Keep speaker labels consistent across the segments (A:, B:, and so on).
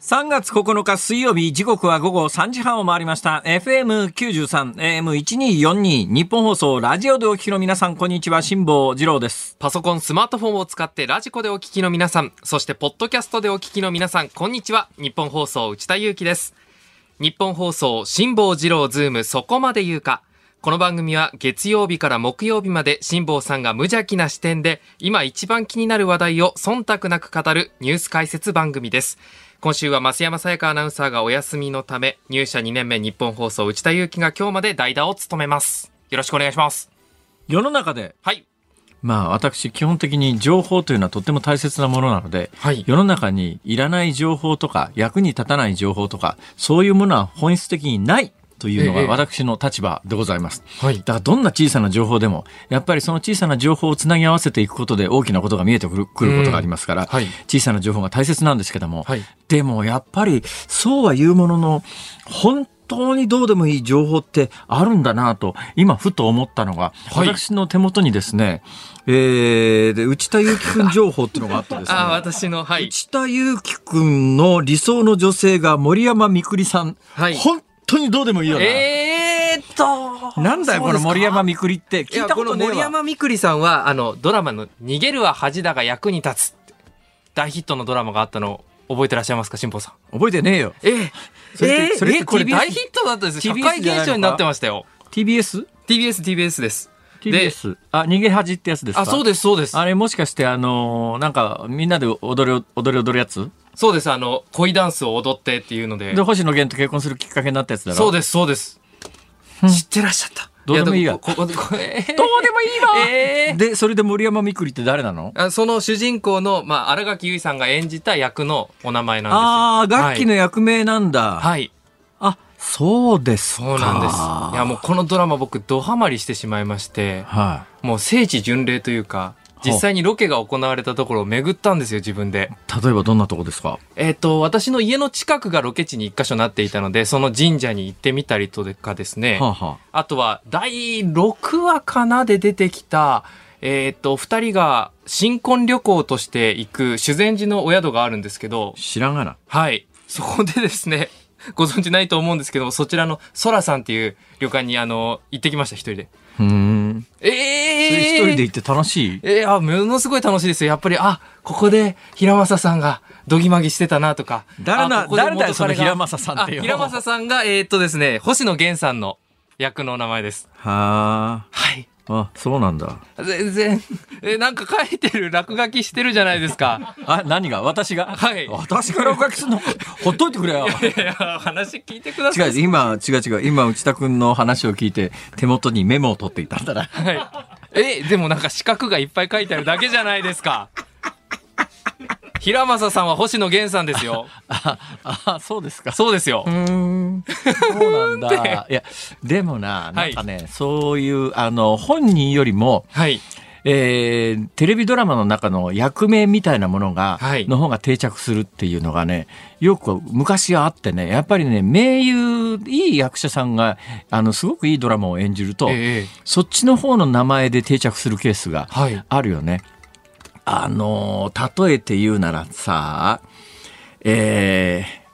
A: 3月9日水曜日、時刻は午後3時半を回りました。FM93、AM1242、日本放送、ラジオでお聞きの皆さん、こんにちは、辛坊二郎です。
B: パソコン、スマートフォンを使ってラジコでお聞きの皆さん、そしてポッドキャストでお聞きの皆さん、こんにちは。日本放送、内田祐樹です。日本放送、辛坊二郎ズーム、そこまで言うか。この番組は月曜日から木曜日まで辛坊さんが無邪気な視点で、今一番気になる話題を忖度なく語るニュース解説番組です。今週は増山さやかアナウンサーがお休みのため、入社2年目日本放送、内田祐樹が今日まで代打を務めます。よろしくお願いします。
A: 世の中で、
B: はい。
A: まあ私、基本的に情報というのはとっても大切なものなので、
B: はい
A: 世の中にいらない情報とか、役に立たない情報とか、そういうものは本質的にないというの
B: え
A: が
B: え
A: 私の立場でございます。
B: はい
A: だからどんな小さな情報でも、やっぱりその小さな情報をつなぎ合わせていくことで大きなことが見えてくるくることがありますから、
B: はい
A: 小さな情報が大切なんですけども、
B: はい
A: でもやっぱりそうは言うものの、本当にどうでもいい情報ってあるんだなと、今ふと思ったのが、
B: はい
A: 私の手元にですね、えー、で内田祐樹くん情報っていうのがあってですね
B: あ、あ、私の、はい。
A: 内田祐樹くんの理想の女性が森山みくりさん。
B: はい
A: 本当にどうでもいいよな。
B: えーっと。
A: なんだよ、
B: そ
A: こ
B: うで
A: の
B: すか
A: 森山みくりって。聞いたこと
B: いやこの
A: ねえ
B: 森
A: わ。
B: 山みくりさんは、あの、ドラマの、逃げるは恥だが役に立つって。大ヒットのドラマがあったの、覚えてらっしゃいますか、辛坊さん。
A: 覚えてねえよ。
B: えー、
A: それって
B: えー
A: それって
B: えーこれ
A: TBS
B: 大ヒットだったんです。社
A: TBS
B: 会現象になってましたよ。
A: TBS?TBS。
B: TBS、TBS です。で、
A: TBS あ、逃げ恥ってやつですか
B: あ、そう
A: で
B: です、そうです
A: あ。れもしかして、あのーなんか、みんなで踊る、踊る踊るやつ
B: そうです、あの、恋ダンスを踊ってっていうので
A: で、。星野源と結婚するきっかけになったやつだろ
B: そう
A: で
B: です、そうです。知ってらっしゃった。
A: どうでもいいや
B: やこここえー
A: どうでもいいわ
B: えー
A: で、それで森山みくりって誰なの
B: あその主人公の、まあ、新垣結衣さんが演じた役のお名前なんですよ。
A: ああ、楽器の
B: はい。
A: 役名なんだ。
B: はい
A: あ、そうですか。
B: そうなんです。いや、
A: は
B: もうこのドラマ僕、ドハマりしてしまいまして、
A: い。
B: もう聖地巡礼というか、実際にロケが行われたところを巡ったんですよ、自分で。
A: 例えばどんなとこですか
B: えっ、と、私の家の近くがロケ地に一箇所なっていたので、その神社に行ってみたりとかですね。
A: はあ、は
B: あとは、第6話かなで出てきた、えっ、と、お二人が新婚旅行として行く修善寺のお宿があるんですけど
A: あ、、知らんがな。
B: はい。そこでですね、ご存知ないと思うんですけども、そちらのソラさんっていう旅館にあの、行ってきました、一人で。
A: うーん。
B: え
A: そ
B: え
A: れ一人で行って楽しい
B: えーあ、ものすごい楽しいですよ。やっぱり、あ、ここで平正さんがどぎまぎしてたなとか。
A: 誰な
B: あここで
A: 誰だよ
B: 元彼
A: その
B: が
A: 平正さんってよ
B: あ平正さんが、えーっとですね、星野源さんの役のお名前です。
A: は
B: はい。
A: あ。あ、そうなんだ。
B: 全然、えーなんか書いてる、落書きしてるじゃないですか。
A: あ、何が私が
B: はい
A: 私からお書きするのほっといてくれよ。
B: いや、話聞いてくだ
A: 違
B: さい。
A: う、今、違う違う。今、内田君の話を聞いて、手元にメモを取っていたんだな。
B: はい。え、でもなんか四角がいっぱい書いてあるだけじゃないです か。平正さんは星野源さんですよ。
A: ああ、そうですか。
B: そうですよ。
A: うーん。そうなんだ。いや、でもな、な
B: は
A: ん
B: い
A: かね、そういう、あの、本人よりも、
B: はい。
A: えーテレビドラマの中の役名みたいなものが、
B: はい
A: の方が定着するっていうのがね、よく昔はあってね、やっぱりね、名優、いい役者さんが、あの、すごくいいドラマを演じると、
B: ええ
A: そっちの方の名前で定着するケースが
B: はい
A: あるよね。あのー例えて言うならさ、えー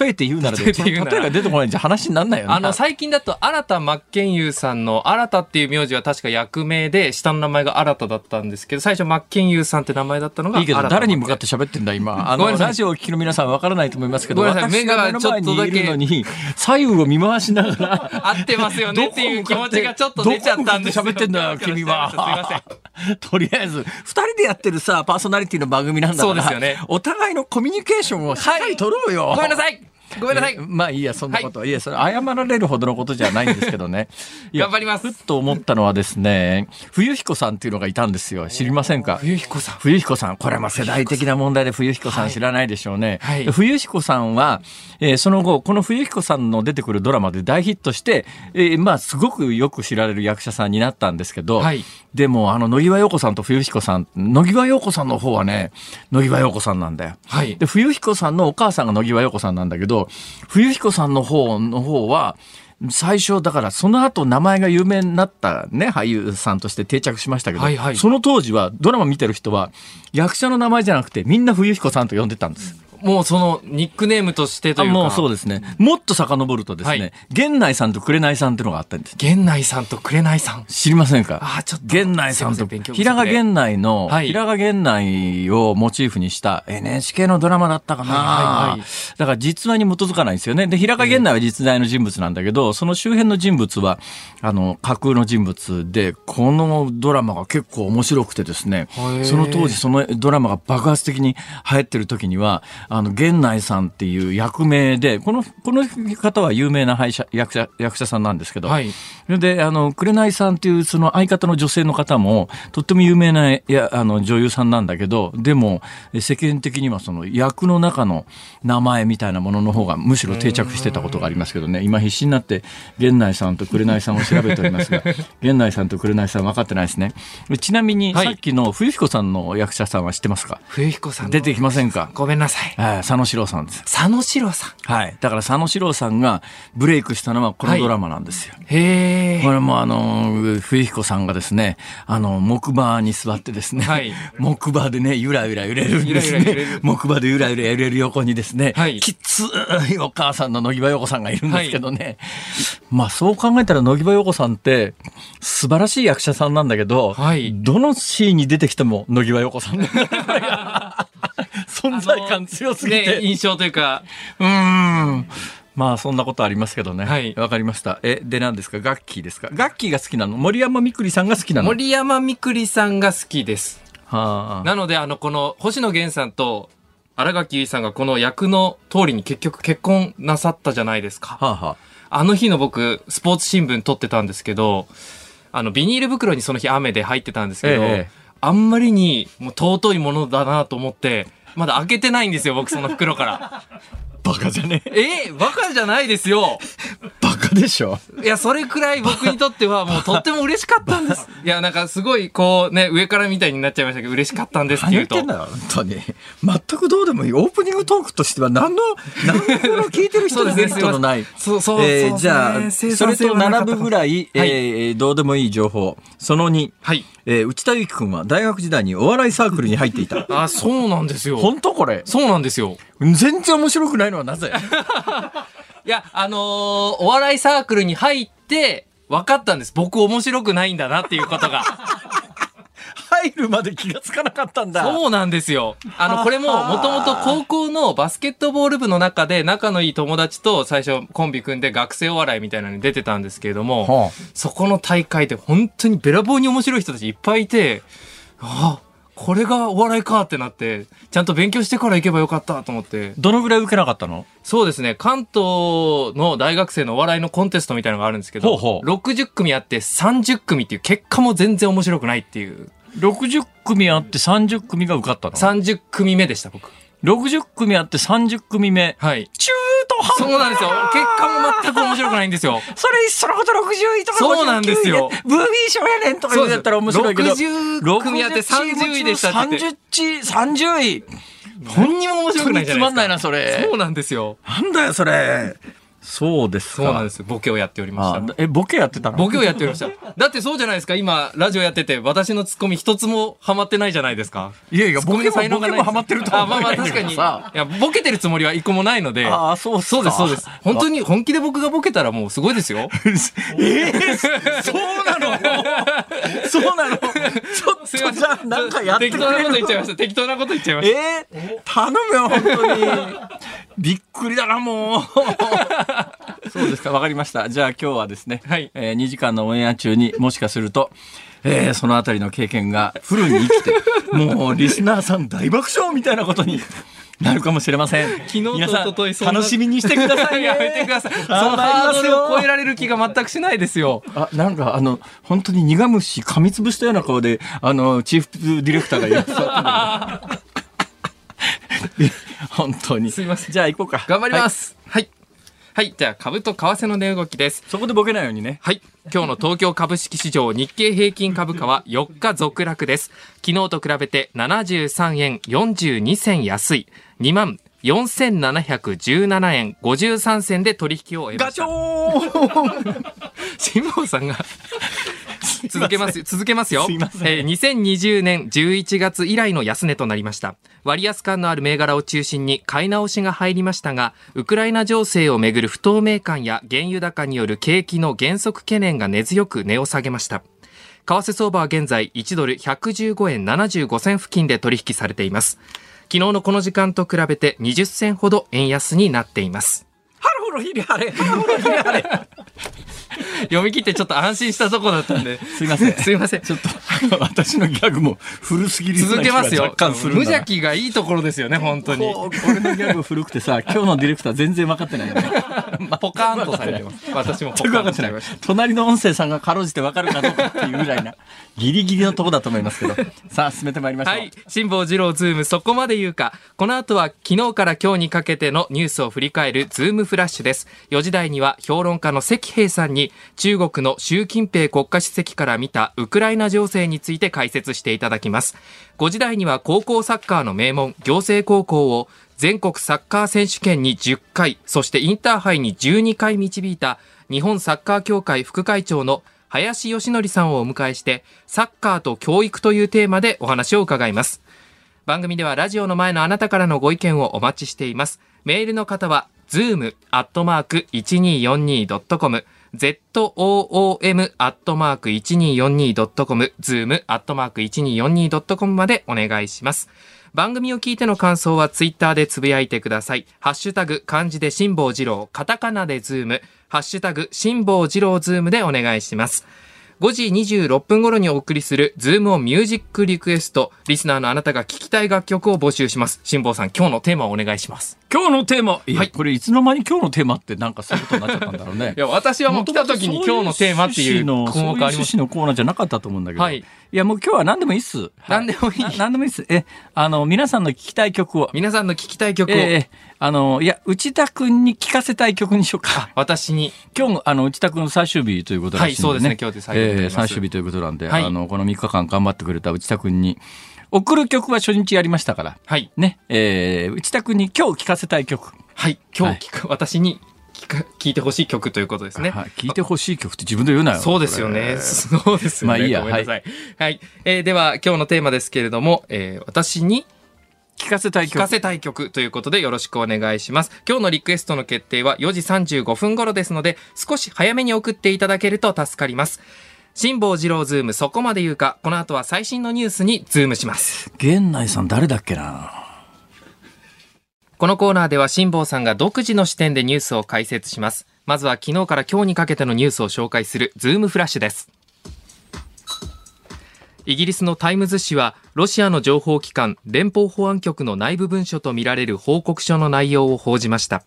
A: 例えて言うならで、
B: 例えて言うなら
A: 例えが出てこないんじゃ話にならないよね。
B: あの、最近だと、新田真剣佑さんの、新田っていう名字は確か役名で、下の名前が新田だったんですけど、最初、真剣佑さんって名前だったのが、
A: いいけど、
B: 新田
A: 誰に向かって喋ってんだ、今。あ
B: ごめ
A: の、
B: んなさい
A: ラジオをお聞きの皆さんわからないと思いますけど、
B: ごめんなさい
A: 私が目
B: 目
A: の
B: がちょ
A: 前
B: っと
A: に
B: だ
A: い
B: け
A: るのに、左右を見回しながら、
B: 合ってますよねっていう気持ちがちょっと出ちゃったんです
A: どこ向かって喋ってんだよ、君は。
B: すいませ ん。
A: とりあえず、二人でやってるさ、パーソナリティの番組なんだから、
B: そうですよね
A: お互いのコミュニケーションをしっかり取ろうよ。
B: ごめんなさいごめんなさい
A: えまあいいや、そんなことは。いや、それ謝られるほどのことじゃないんですけど ね。いや
B: 頑張ります
A: ふっと思ったのはですね、冬彦さんっていうのがいたんですよ。知りませんか
B: 冬彦さん。
A: 冬彦さん、これはまあ世代的な問題で冬彦さん知らないでしょうね。
B: はい
A: で冬彦さんは、えーその後、この冬彦さんの出てくるドラマで大ヒットして、えーまあすごくよく知られる役者さんになったんですけど、
B: はい
A: でもあの、野際陽子さんと冬彦さん、野際陽子さんの方はね、野際陽子さんなんだよ。
B: はい
A: で、冬彦さんのお母さんが野際陽子さんなんだけど、冬彦さんの方の方は、最初、だから、その後名前が有名になったね、俳優さんとして定着しましたけど、
B: はいはい
A: その当時は、ドラマ見てる人は、役者の名前じゃなくて、みんな冬彦さんと呼んでたんです。
B: もうそのニックネームとしてと
A: あ
B: いうか。
A: もうそうですね。もっと遡るとですね、
B: はい
A: 源内さんと紅さんっていうのがあったんです。
B: 源内さんと紅さん。
A: 知りませんか
B: あーちょっと
A: 源内さん
B: すい
A: と
B: ませ勉強不足で
A: 平賀源内の、
B: はい
A: 平賀源内をモチーフにした NHK のドラマだったかな、
B: はいはいはい
A: だから実話に基づかないんですよねで平賀源内は実在の人物なんだけど、その周辺の人物はあの架空の人物でこのドラマが結構面白くてですね
B: へー
A: その当時そのドラマが爆発的に流行ってる時にはあの源内さんっていう役名でこのこの方は有名な俳者役者役者さんなんですけど、
B: はい
A: それで、あの、紅さんっていうその相方の女性の方も、とっても有名ないやあの女優さんなんだけど、でも、え世間的にはその役の中の名前みたいなものの方がむしろ定着してたことがありますけどね、今必死になって、源内さんと紅さんを調べており ますが、源内さんと紅さん分かってないですね。ちなみに、
B: はい
A: さっきの冬彦さんの役者さんは知ってますか
B: 冬彦さんの。
A: 出てきませんか
B: ごめんなさい。
A: えー佐野史郎さんです。
B: 佐野史郎さん。
A: はい。だから佐野史郎さんがブレイクしたのはこの
B: はい
A: ドラマなんですよ。
B: へえ。
A: これもあの、冬彦さんがですね、あの、木馬に座ってですね、
B: はい
A: 木馬でね、ゆらゆら揺れるんですね。
B: ゆらゆら揺れる
A: 木馬でゆらゆら揺れる横にですね、
B: はい
A: きついお母さんの野際陽子さんがいるんですけどね。まあそう考えたら野際陽子さんって素晴らしい役者さんなんだけど、
B: はい
A: どのシーンに出てきても野際陽子さんだねこれ が存在感強すぎて。
B: ね印象というか、
A: うーん。まあそんなことありますけどね。
B: はい
A: わかりました。え、で何ですかガッキーですかガッキーが好きなの森山みくりさんが好きなのは
B: 森山みくりさんが好きです。
A: あ
B: なので、あの、この、星野源さんと、新垣結衣さんがこの役の通りに結局結婚なさったじゃないですか。
A: はあは
B: あの日の僕、スポーツ新聞撮ってたんですけど、あの、ビニール袋にその日雨で入ってたんですけど、
A: ええ
B: あんまりにもう尊いものだなと思って、まだ開けてないんですよ、僕その 袋から。
A: あ。バカじゃねえ。
B: ええバカじゃないですよ
A: バカでしょ。
B: いや、それくらい僕にとってはもうとっても嬉しかった んです。いや、なんかすごいこうね、上からみたいになっちゃいましたけど、嬉しかったんですって
A: 何言っ
B: 言うと。
A: てんだよ、本当に。全くどうでもいい。オープニングトークとしては何の、何のこの聞いてる人にメリットのない。
B: そうそうそう
A: えー
B: そう
A: じゃあ、
B: 生
A: そ
B: 産
A: れ
B: 性
A: と
B: はなかった
A: 並ぶぐらい、え
B: はい
A: ーどうでもいい情報。その2、
B: はい。。
A: えー内田有紀君は大学時代にお笑いサークルに入っていた
B: あ、そうなんですよ。
A: 本当これ。
B: そうなんですよ。
A: 全然面白くないのはなぜ
B: いや、あのーお笑いサークルに入って、分かったんです。僕面白くないんだなっていうこ とが。
A: 入るまで気がつかなかったんだ。
B: そうなんですよ。あの、これも、もともと高校のバスケットボール部の中で仲のいい友達と最初コンビ組んで学生お笑いみたいなのに出てたんですけれども、
A: はあ
B: そこの大会で本当にべらぼうに面白い人たちいっぱいいて、あこれがお笑いかってなって、ちゃんと勉強してから行けばよかったと思って。
A: どのぐらい受けなかったの
B: そうですね、関東の大学生のお笑いのコンテストみたいなのがあるんですけど、
A: ほうほう
B: 60組あって30組っていう結果も全然面白くないっていう、
A: ?60 組あって30組が受かったの。
B: 30組目でした、僕。
A: 60組あって30組目。
B: はい。
A: 中途半
B: そ
A: 端
B: うなんですよ。結果も全く面白くないんですよ。
A: それいっそのこと60位とか
B: そうなんですよ
A: 59位ブービー賞やねんとか言うんだったら面白いけど。
B: 60組あって30位でしたって言って。
A: 30位、30位。
B: 何にも面白
A: 本当
B: くない
A: に
B: じ
A: つ
B: ゃな
A: ま
B: い
A: ん
B: で
A: な
B: す
A: いな、そ
B: か。
A: れ。
B: そうなんですよ。
A: なんだよ、それ。そうですか。
B: そうなんです。ボケをやっておりま
A: あ
B: した。
A: え、ボケやってたの
B: ボケをやっておりました。だってそうじゃないですか。今、ラジオやってて、私のツッコミ一つもハマってないじゃないですか。
A: いやいや、
B: ツッコ
A: ボケ
B: ミの
A: も、
B: 才能
A: ボ
B: が
A: ケ
B: ない
A: もハマってるとは
B: あまあ
A: 思
B: ま
A: え
B: あ、
A: ない
B: 確
A: んだけ
B: かに。
A: ど
B: い
A: さ。
B: や、ボケてるつもりは一個もないので。
A: ああ、そうっすか
B: そうです、そうです。本当に、本気で僕がボケたらもうすごいで すよ。
A: ええそうなのそうなのちょっ
B: すいま
A: と
B: せ
A: じゃあなんかやって
B: 適
A: く
B: 当な
A: れ
B: こと言
A: る
B: っちゃいました。適当なこと言っちゃいました。
A: えー、頼むよ本当にびっくりだなもう そうですかわかりましたじゃあ今日はですね、
B: はい
A: え2時間のオンエア中にもしかするとえーそのあたりの経験がフルに生きて、もうリスナーさん大爆笑みたいなことになるかもしれません。昨
B: 日と
A: 皆さ
B: 一昨日そん
A: ん、
B: な
A: 楽しみにしてくださいね。
B: やめてください。その
A: あ
B: ハー
A: 参りま
B: ドルを
A: すよ
B: 超えられる気が全くしないですよ。
A: あ、なんかあの、本当に苦虫噛みつぶしたような顔で、あの、チーフディレクターがいらっしゃったんだけど 本当に。
B: すいません
A: じゃあ行こうか。
B: 頑張りま
A: はい
B: す。はい。はい。じゃあ、株と為替の値動きです。
A: そこでボケないようにね。
B: はい。今日の東京株式市場日経平均株価は4日続落です。昨日と比べて73円42銭安い。2万4717円53銭で取引を終えま
A: ガ
B: し
A: チ
B: た
A: ョ。ーン
B: 辛坊さんが続けますよ。続けますよ。
A: すいません
B: えー2020年11月以来の安値となりました。割安感のある銘柄を中心に買い直しが入りましたが、ウクライナ情勢をめぐる不透明感や原油高による景気の減速懸念が根強く値を下げました。為替相場は現在1ドル115円75銭付近で取引されています。昨日のこの時間と比べて20銭ほど円安になっています。
C: ハロホロヒリハレ、ハロホロヒリハレ。
B: 読み切ってちょっと安心したとこだったんで。
A: すいません。
B: すいません。
A: ちょっと、 私のギャグも古すぎるよう
B: 続
A: な
B: け
A: 気が
B: ますよ
A: 若干す。るん
B: 無
A: だな
B: 邪気がいいところですよね、本当に。
A: こう俺のギャグ古くてさ、今日のディレクター全然分かってないよね。
B: ポカーンとされて ます。私もポカ
A: 全く分か
B: ーン
A: っ
B: としてて
A: ない
B: ました。。
A: 隣の音声さんがかろうじて分かるかどうかっていうぐら いな、ギリギリのとこだと思いますけど。さあ、進めてまいりましょう。
B: はい。辛坊二郎ズームそこまで言うか。この後は昨日から今日にかけてのニュースを振り返るズームフラッシュです。4時台には評論家の関平さんに中国の習近平国家主席から見たウクライナ情勢について解説していただきます。5時台には高校サッカーの名門、行政高校を全国サッカー選手権に10回、そしてインターハイに12回導いた日本サッカー協会副会長の林義則さんをお迎えして、サッカーと教育というテーマでお話を伺います。番組ではラジオの前のあなたからのご意見をお待ちしています。メールの方は、zoom.1242.com、zoom.1242.com、zoom.1242.com までお願いします。番組を聞いての感想はツイッターでつぶやいてください。ハッシュタグ、漢字で辛抱二郎、カタカナでズーム、ハッシュタグ、辛抱二郎ズームでお願いします。5時26分頃にお送りするズームオンミュージックリクエスト。リスナーのあなたが聴きたい楽曲を募集します。辛坊さん、今日のテーマをお願いします。
A: 今日のテーマ、いや
B: はい
A: これいつの間に今日のテーマってなんかそういうことになっちゃったんだろうね
B: い。や、私はもう来た時に今日のテーマってい
A: そういう
B: う項目あり
A: 趣
B: ま
A: 旨
B: す。
A: のコーナーじゃなかったと思うんだけど。
B: はい
A: い。や、もう今日は何でもいいっす。はい
B: 何でもいい
A: な何でもいいっす。え、あの、皆さんの聞きたい曲を。
B: 皆さんの聴きたい曲を
A: ええあの、いや、内田くんに聞かせたい曲にしようか。
B: 私に、
A: 今日も、あの、内田くん最終日ということらしいんで、ね。
B: はいそうですね今日で最後になり
A: ええ
B: ます
A: 最終日ということなんで、
B: はい
A: あの、この3日間頑張ってくれた内田くんに、送る曲は初日やりましたから。
B: はい、
A: ね、ええ内田くんに今日聞かせたい曲。
B: はい、今日聴く、私に聴く聴いてほしい曲ということですね。
A: はい聞いてほしい曲って自分で言うなよ。
B: そうですよ
A: これ
B: ね。そうですよね。
A: まあいいや
B: ごめんなさい。はい、えーでは、今日のテーマですけれども、えー私に
A: 聞かせたい
B: 聞
A: 曲
B: か。せたい曲ということでよろしくお願いします。今日のリクエストの決定は4時35分頃ですので、少し早めに送っていただけると助かります。辛坊治郎ズームそこまで言うか、この後は最新のニュースにズームします。
A: 源内さん誰だっけな
B: このコーナーでは辛坊さんが独自の視点でニュースを解説します。まずは昨日から今日にかけてのニュースを紹介するズームフラッシュです。イギリスのタイムズ紙はロシアの情報機関連邦保安局の内部文書とみられる報告書の内容を報じました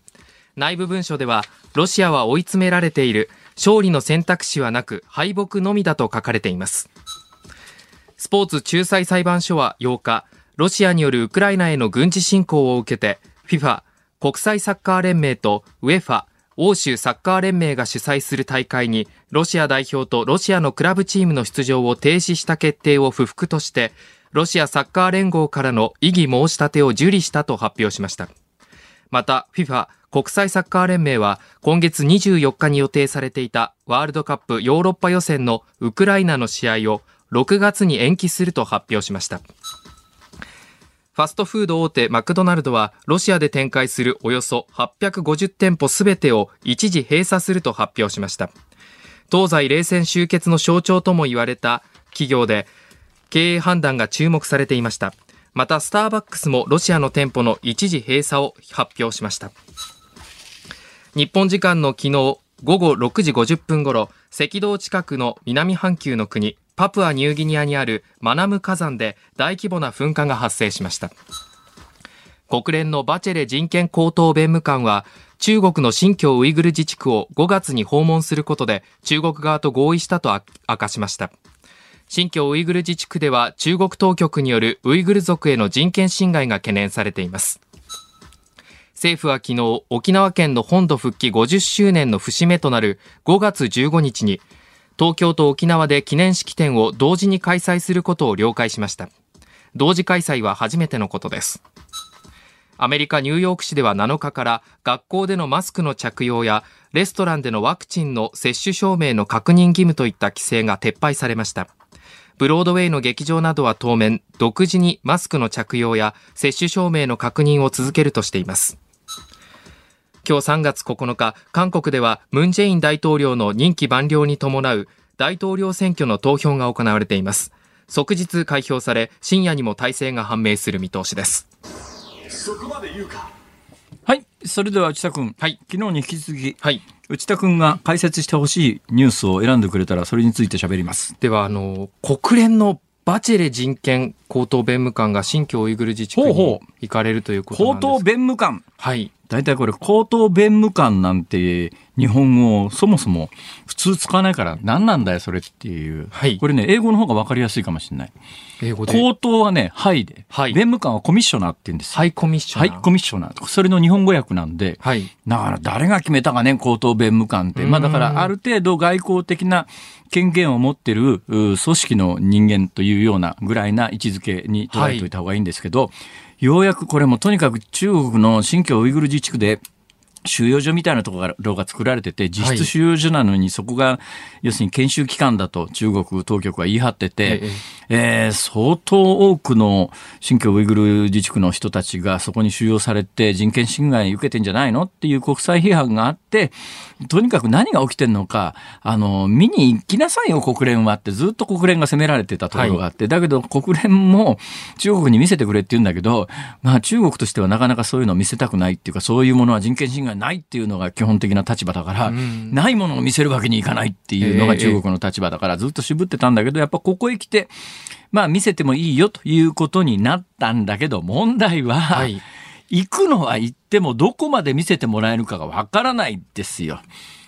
B: 内部文書ではロシアは追い詰められている勝利の選択肢はなく敗北のみだと書かれていますスポーツ仲裁裁判所は8日ロシアによるウクライナへの軍事侵攻を受けて FIFA 国際サッカー連盟と UEFA 欧州サッカー連盟が主催する大会にロシア代表とロシアのクラブチームの出場を停止した決定を不服としてロシアサッカー連合からの異議申し立てを受理したと発表しましたまた FIFA 国際サッカー連盟は今月24日に予定されていたワールドカップヨーロッパ予選のウクライナの試合を6月に延期すると発表しましたファストフード大手マクドナルドはロシアで展開するおよそ850店舗すべてを一時閉鎖すると発表しました東西冷戦終結の象徴とも言われた企業で経営判断が注目されていましたまたスターバックスもロシアの店舗の一時閉鎖を発表しました日本時間の昨日午後6時50分ごろ赤道近くの南半球の国パプアニューギニアにあるマナム火山で大規模な噴火が発生しました国連のバチェレ人権高等弁務官は中国の新疆ウイグル自治区を5月に訪問することで中国側と合意したとあ明かしました新疆ウイグル自治区では中国当局によるウイグル族への人権侵害が懸念されています政府は昨日沖縄県の本土復帰50周年の節目となる5月15日に東京と沖縄で記念式典を同時に開催することを了解しました同時開催は初めてのことですアメリカ・ニューヨーク市では7日から学校でのマスクの着用やレストランでのワクチンの接種証明の確認義務といった規制が撤廃されました。ブロードウェイの劇場などは当面、独自にマスクの着用や接種証明の確認を続けるとしています。今日3月9日、韓国ではムン・ジェイン大統領の任期満了に伴う大統領選挙の投票が行われています。即日開票され、深夜にも体制が判明する見通しです。
A: はい。それでは内田君。
B: はい
A: 昨日に引き続き、
B: はい。
A: 内田君が解説してほしいニュースを選んでくれたら、それについて喋ります。
B: では、あの、国連のバチェレ人権高等弁務官が新疆ウイグル自治区
A: ほう
B: に
A: ほう
B: 行かれるということな
A: 高
B: んです。
A: 等弁務官。
B: はい。
A: 大体これ、高等弁務官なんて日本語をそもそも普通使わないから、何なんだよ、それっていう。
B: はい
A: これね、英語の方がわかりやすいかもしれない。
B: 英語で。
A: 高等はね、ハイで。
B: はい
A: 弁務官はコミッショナーって言うんですよ。
B: ハイコミッショ
A: は
B: ナ
A: い、
B: ー。
A: コミッショナー。それの日本語訳なんで、
B: はい。
A: だから誰が決めたかね、高等弁務官って。まあだからある程度外交的な権限を持ってるう組織の人間というようなぐらいな位置づけに捉えておいた方がいいんですけど、ようやくこれもとにかく中国の新疆ウイグル自治区で、収容所みたいなところが作られてて、実質収容所なのにそこが、要するに研修機関だと中国当局は言い張ってて、
B: ええ
A: えー相当多くの新疆ウイグル自治区の人たちがそこに収容されて人権侵害受けてんじゃないのっていう国際批判があって、とにかく何が起きてんのか、あの、見に行きなさいよ国連はってずっと国連が責められてたところがあって、だけど国連も中国に見せてくれって言うんだけど、まあ中国としてはなかなかそういうのを見せたくないっていうか、そういうものは人権侵害ないっていうのが基本的な立場だから、
B: ん
A: ないものを見せるわけにいかないっていうの
B: え
A: が
B: え
A: 中国の立場だからずっと渋ってたんだけど、やっぱここへ来て、まあ見せてもいいよということになったんだけど、問題は、
B: はい。
A: 行くのは行ってもどこまで見せてもらえるかがわからないですよ。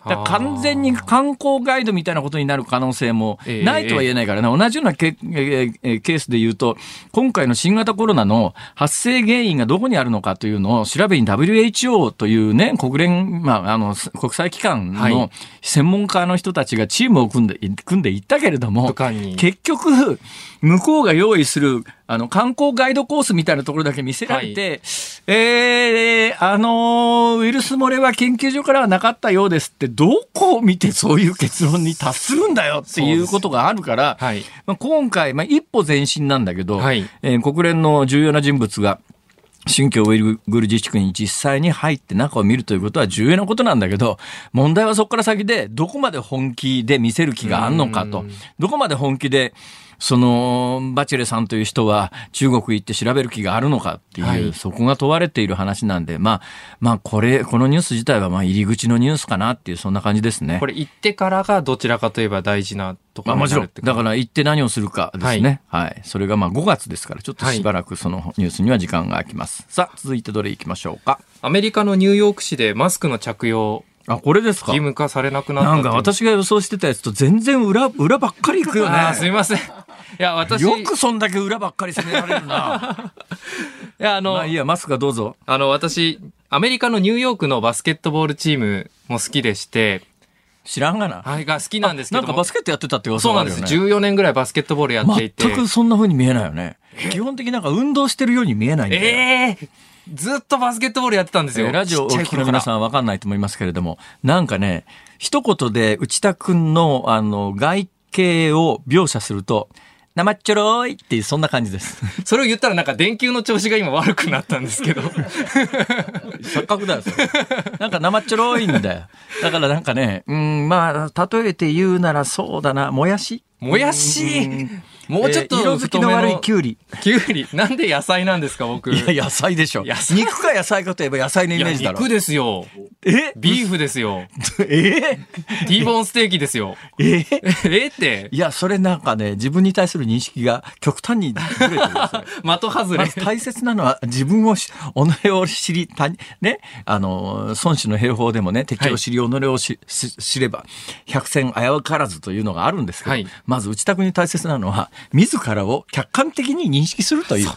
A: だから完全に観光ガイドみたいなことになる可能性も
B: ええ
A: ないとは言えないからね、同じようなケ,、えええケースで言うと、今回の新型コロナの発生原因がどこにあるのかというのを調べに WHO というね、国連、まあ、あの、国際機関
B: はい
A: の専門家の人たちがチームを組んで、組んでいったけれども
B: 武、漢に。
A: 結局、向こうが用意する、あの、観光ガイドコースみたいなところだけ見せられて、えー、あのーウイルス漏れは研究所からはなかったようですって、どこを見てそういう結論に達するんだよっていうことがあるから、
B: はい。
A: まあ、今回、まあ、一歩前進なんだけど、
B: はい
A: えー国連の重要な人物が、新疆ウイグル自治区に実際に入って中を見るということは重要なことなんだけど、問題はそこから先で、どこまで本気で見せる気があんのかと、どこまで本気で、その、バチェレさんという人は中国行って調べる気があるのかっていう、
B: はい
A: そこが問われている話なんで、まあ、まあ、これ、このニュース自体は、まあ、入り口のニュースかなっていう、そんな感じですね
B: こ。れ行ってからがどちらかといえば大事なとこ
A: まあ
B: ろ
A: も
B: に
A: ち
B: な
A: ろ
B: るっ
A: ん
B: て。こと
A: だから行って何をするかですね。はい。それがまあ5月ですから、ちょっとしばらくそのニュースには時間が空きます。さあ、続いてどれ行きましょうか。
B: アメリカのニューヨーク市でマスクの着用
A: あ、これですか
B: 義務化されなくなった
A: な
B: ってい
A: ん
B: う
A: か私が予想してたやつと全然裏、裏ばっかり行くよ
B: あーす
A: ね。
B: みません。いや、私、
A: よくそんだけ裏ばっかり攻められるな。
B: いや、あの、
A: まあいいや、マスクがどうぞ。
B: あの、私、アメリカのニューヨークのバスケットボールチームも好きでして、
A: 知らんがな。
B: はい、が好きなんですけ
A: な
B: ど
A: ん
B: も。
A: かバスケットやってたって噂
B: そう
A: が
B: な
A: ある
B: んで
A: よ
B: す。
A: ね。
B: 14年ぐらいバスケットボールやっていて。
A: 全くそんな風に見えないよね。基本的になんか運動してるように見えないんだよね
B: ええずっとバスケットボールやってたんですよ。
A: えーラジオをお
B: ちっちゃ
A: 聞
B: い
A: き
B: 頃
A: の
B: から
A: 皆さんは分かんないと思いますけれども、なんかね、一言で内田くんの、あの、外形を描写すると、生っちょろいっていう、そんな感じです。
B: それを言ったらなんか電球の調子が今悪くなったんで すけど。
A: 錯覚だよ、それなんか生っちょろいんだよ。だからなんかね、うん、まあ、例えて言うならそうだな、もやし。
B: もやしもうちょっと
A: えー色づきの悪いきゅうり。
B: きゅうり。なんで野菜なんですか、僕。
A: いや、野菜でしょ。
B: 野菜
A: 肉か野菜かといえば野菜のイメージだろ
B: いや。肉ですよ。
A: え
B: ビーフですよ。
A: え
B: ティーボーンステーキですよ。
A: ええ
B: えって、
A: いや、それなんかね、自分に対する認識が極端にずれてるよそれ
B: 的外
A: ま
B: れ
A: ず。大切なのは自分をし、己を知り、他人ね、あの、孫子の兵法でもね、敵を知り、己をしし知れば、百戦危うからずというのがあるんですけど、
B: はい
A: まず内田君に大切なのは、自らを客観的に認識するという。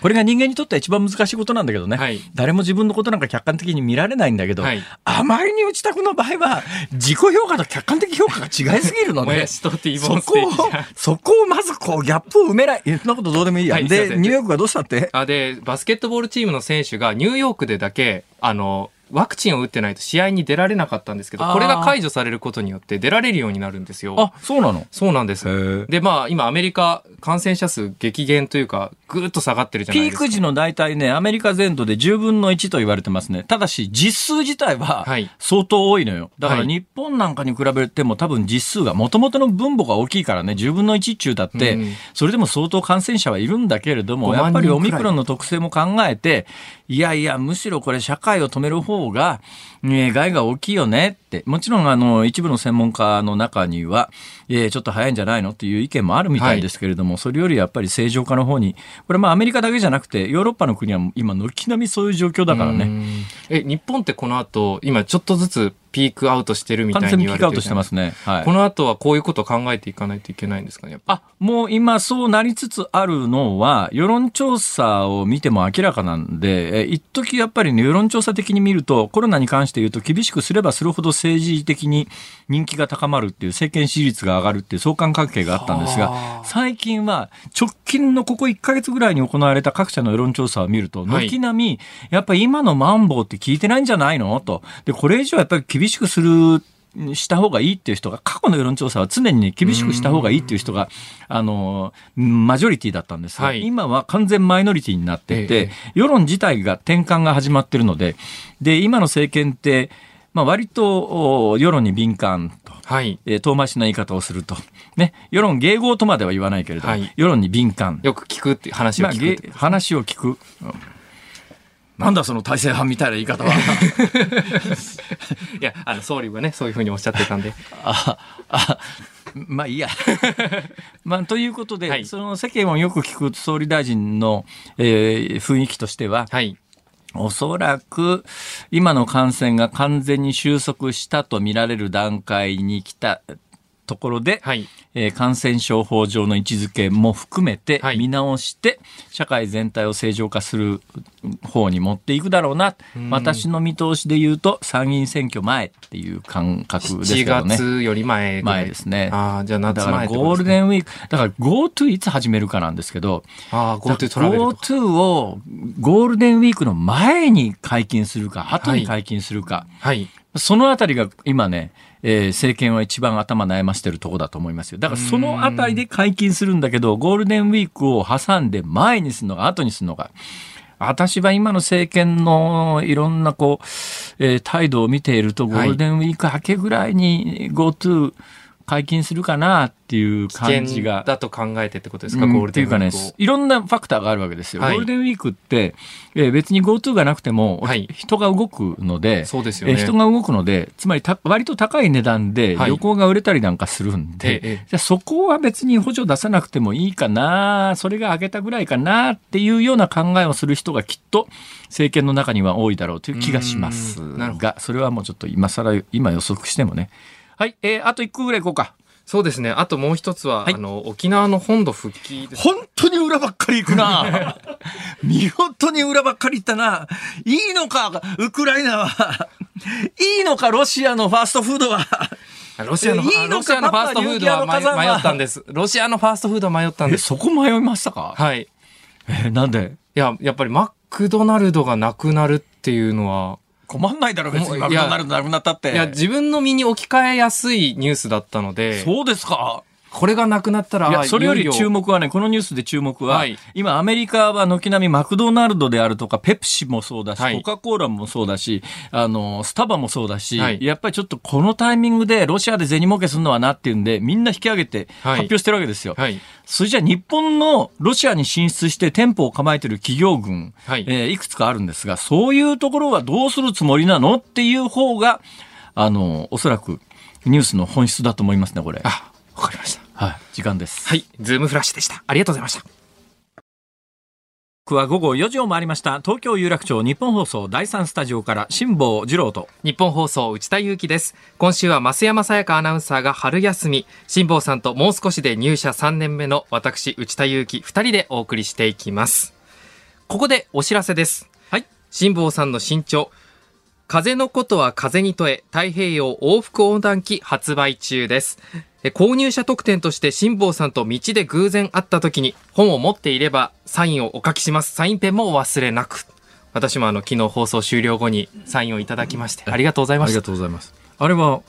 A: これが人間にとっては一番難しいことなんだけどね。
B: はい
A: 誰も自分のことなんか客観的に見られないんだけど、
B: はい
A: あまりに内田君の場合は、自己評価と客観的評価が違いすぎるの
B: もや
A: で、
B: し
A: そ
B: とティーボ
A: こ
B: ー
A: を
B: ンステーキじゃん、
A: そこをまずこう、ギャップを埋めない。いやそんなことどうでもいいや。
B: はいすいませ
A: で、
B: ん
A: ニューヨークがどうしたって
B: あでバスケットボールチームの選手がニューヨークでだけあのワクチンを打ってないと試合に出られなかったんですけど
A: あー
B: これが解除されることによって出られるようになるんですよ。
A: あ、そうなの。
B: そうなんです
A: へえ
B: でまあ今アメリカ感染者数激減というかぐーっと下がってるじゃな
A: ピ
B: いで
A: ー
B: すか。
A: ク時の大体ね、アメリカ全土で10分の1と言われてますね。ただし、実数自体は
B: はい
A: 相当多いのよ。だから
B: はい
A: 日本なんかに比べても多分実数が、もともとの分母が大きいからね、10分の1中だって、
B: うん
A: それでも相当感染者はいるんだけれども、
B: 5万
A: やっぱりオミク
B: 人くら
A: ロ
B: い
A: ンの特性も考えて、いやいや、むしろこれ社会を止める方が、えー害が大きいよねって、もちろんあの、一部の専門家の中には、えーちょっと早いんじゃないのっていう意見もあるみたいですですけれども、それよりやっぱり正常化の方に、これまあアメリカだけじゃなくて、ヨーロッパの国は今、軒並みそういう状況だから
B: う
A: ね。
B: んえ日本ってこの後今ちょっとずつピークアウトしてるみたい
A: 完
B: に
A: 全に
B: 言
A: ピ
B: わ
A: ー
B: れ
A: ク
B: て
A: ア
B: る
A: ウトしてますね。はい
B: こ。の後はこういうことを考えていかないといけないんですかね。やっぱ
A: あ、もう今そうなりつつあるのは、世論調査を見ても明らかなんで、え一時やっぱりね、世論調査的に見ると、コロナに関して言うと厳しくすればするほど政治的に人気が高まるっていう、政権支持率が上がるっていう相関関係があったんですが、最近は直近のここ1ヶ月ぐらいに行われた各社の世論調査を見ると、
B: はい
A: 軒並み、やっぱり今のマンボウって聞いてないんじゃないのと。で、これ以上やっぱり厳しくする、した方がいいっていう人が、過去の世論調査は常にね厳しくした方がいいっていう人が、あの、マジョリティだったんですが、
B: はい
A: 今は完全マイノリティになってて、
B: ええ
A: 世論自体が転換が始まってるので、で、今の政権って、まあ割とお世論に敏感と。
B: はい。
A: えー遠回しな言い方をすると。ね。世論迎合とまでは言わないけれど、
B: はい
A: 世論に敏感。
B: よく聞くって話を
A: まあ、
B: 聞くって
A: げ話を聞く。なんだその体制派みたいな言い方は。
B: いや、あの、総理はね、そういうふうにおっしゃってたんで。
A: ああまあいいや。 まあ、ということで、
B: はい
A: その世間をよく聞く総理大臣の、えー雰囲気としては、
B: はい。
A: おそらく今の感染が完全に収束したと見られる段階に来たところで、
B: はい。
A: えー感染症法上の位置づけも含めて
B: はい
A: 見直して、社会全体を正常化する方に持っていくだろうな。私の見通しで言うと参議院選挙前っていう感覚ですけ
B: 7
A: どね。
B: 月より前ぐらい
A: 前ですね
B: ああ、じゃあ
A: だ
B: 夏
A: から
B: 前
A: ゴール
B: ン。
A: デンウィーク、だから GoTo いつ始めるかなんですけど、
B: ああ、GoTo トラベルとか。
A: GoTo をゴールデンウィークの前に解禁するか、後に解禁するか、
B: はい。
A: そのあたりが今ね、えー政権は一番頭悩ましてるとこだと思いますよ。だからそのあたりで解禁するんだけど、ゴールデンウィークを挟んで前にするのか、後にするのか。私は今の政権のいろんなこう、えー態度を見ていると、ゴ
B: はい
A: ールデンウィーク明けぐらいに GoTo 解禁するかなっていう感
B: 危
A: じ
B: 険
A: が。
B: だと考えてってことですか、
A: うん
B: ゴールデンウィークを。
A: っていうかね、いろんなファクターがあるわけですよ。
B: は
A: ゴ
B: い
A: ールデンウィークって、えー別に GoTo がなくても、
B: はい
A: 人が動くので、
B: そうですよね
A: えー人が動くので、つまりた割と高い値段で
B: はい
A: 旅行が売れたりなんかするんで、
B: えええ
A: じ
B: え
A: ゃあそこは別に補助出さなくてもいいかな、それが上げたぐらいかなっていうような考えをする人がきっと政権の中には多いだろうという気がします
B: うーんなるほ
A: が、それはもうちょっと今更、今予測してもね。はい、えーあと1個ぐらいいこうか。
B: そうですね。あともう一つは、
A: はい
B: あの、沖縄の本土復帰です。
A: 本当に裏ばっかり行くな 見事に裏ばっかり行ったな。いいのか、ウクライナは。いいのか、ロシアのファーストフードは。
B: ロシアの、
A: いいのか
B: あロシアのファーストフード
A: パ
B: は
A: パニューギニアの火山は
B: 迷迷ったんです。ロシアのファーストフードは迷ったんです。
A: そこ迷いましたか
B: はい。い
A: えなんで
B: や、やっぱりマクドナルドがなくなるっていうのは、
A: 困んないだろ、別
B: も
A: に。
B: うい
A: マ
B: や
A: クドナルドなくなったっ
B: いや、
A: て。
B: 自分の身に置き換えやすいニュースだったので、
A: そうですか。
B: これがなくなったら、
A: いや、それより注
B: 目
A: 目はね、このニュースで注目は、
B: はい
A: 今アメリカは軒並みマクドナルドであるとか、ペプシもそうだし、
B: はい
A: コカ・コーラもそうだし、あの、スタバもそうだし、
B: はい
A: やっぱりちょっとこのタイミングでロシアで銭儲けするのはなっていうんで、みんな引き上げて
B: はい
A: 発表してるわけですよ。
B: はい。
A: それじゃあ日本のロシアに進出して店舗を構えてる企業群、
B: はい
A: えーいくつかあるんですが、そういうところはどうするつもりなのっていう方が、あの、おそらくニュースの本質だと思いますね、これ。
B: あ、わかりました。
A: はい、時間です。
B: はい。ズームフラッシュでした。ありがとうございました。
A: 僕は午後4時を回りました。東京有楽町日本放送第3スタジオから辛坊治郎と。
B: 日本放送、内田祐樹です。今週は増山さやかアナウンサーが春休み、辛坊さんともう少しで入社3年目の私、内田祐樹2人でお送りしていきます。ここでお知らせです。はい。辛坊さんの身長、風のことは風に問え、太平洋往復横断機発売中です。え購入者特典として辛坊さんと道で偶然会った時に本を持っていればサインをお書きします。サインペンもお忘れなく。私もあの昨日放送終了後にサインをいただきましてありがとうござい
A: あ
B: ま
A: り
B: した。
A: が
B: い
A: とうございます。あれは、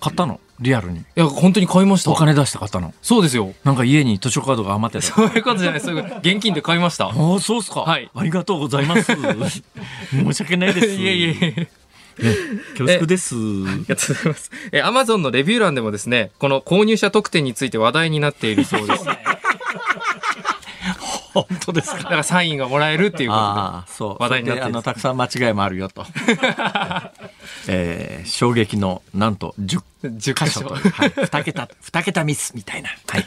A: 買ったのリアルに。
B: や、本当に買いました
A: お。金出して買ったの。
B: そうですよ。
A: なんか家に図書カードが余ってた。
B: そういうことじゃない。そういうこと現金で買いました。
A: ああ、そうっすか。
B: はい
A: ありがとうございます。 申し訳ないです。
B: いえいえいえ。
A: 恐縮です。
B: ありがとうございます。え、アマゾンのレビュー欄でもですね、この購入者特典について話題になっているそうです。だ
A: 本当ですか。
B: からサインがもらえるっていうこ
A: ああ、そう。
B: 話題になってる
A: それであの、たくさん間違いもあるよと。 えー、衝撃の、なんと、10
B: とで。10
A: 箇
B: 箇
A: 所
B: 所
A: という。はい。2桁、二桁ミスみたいな。はい。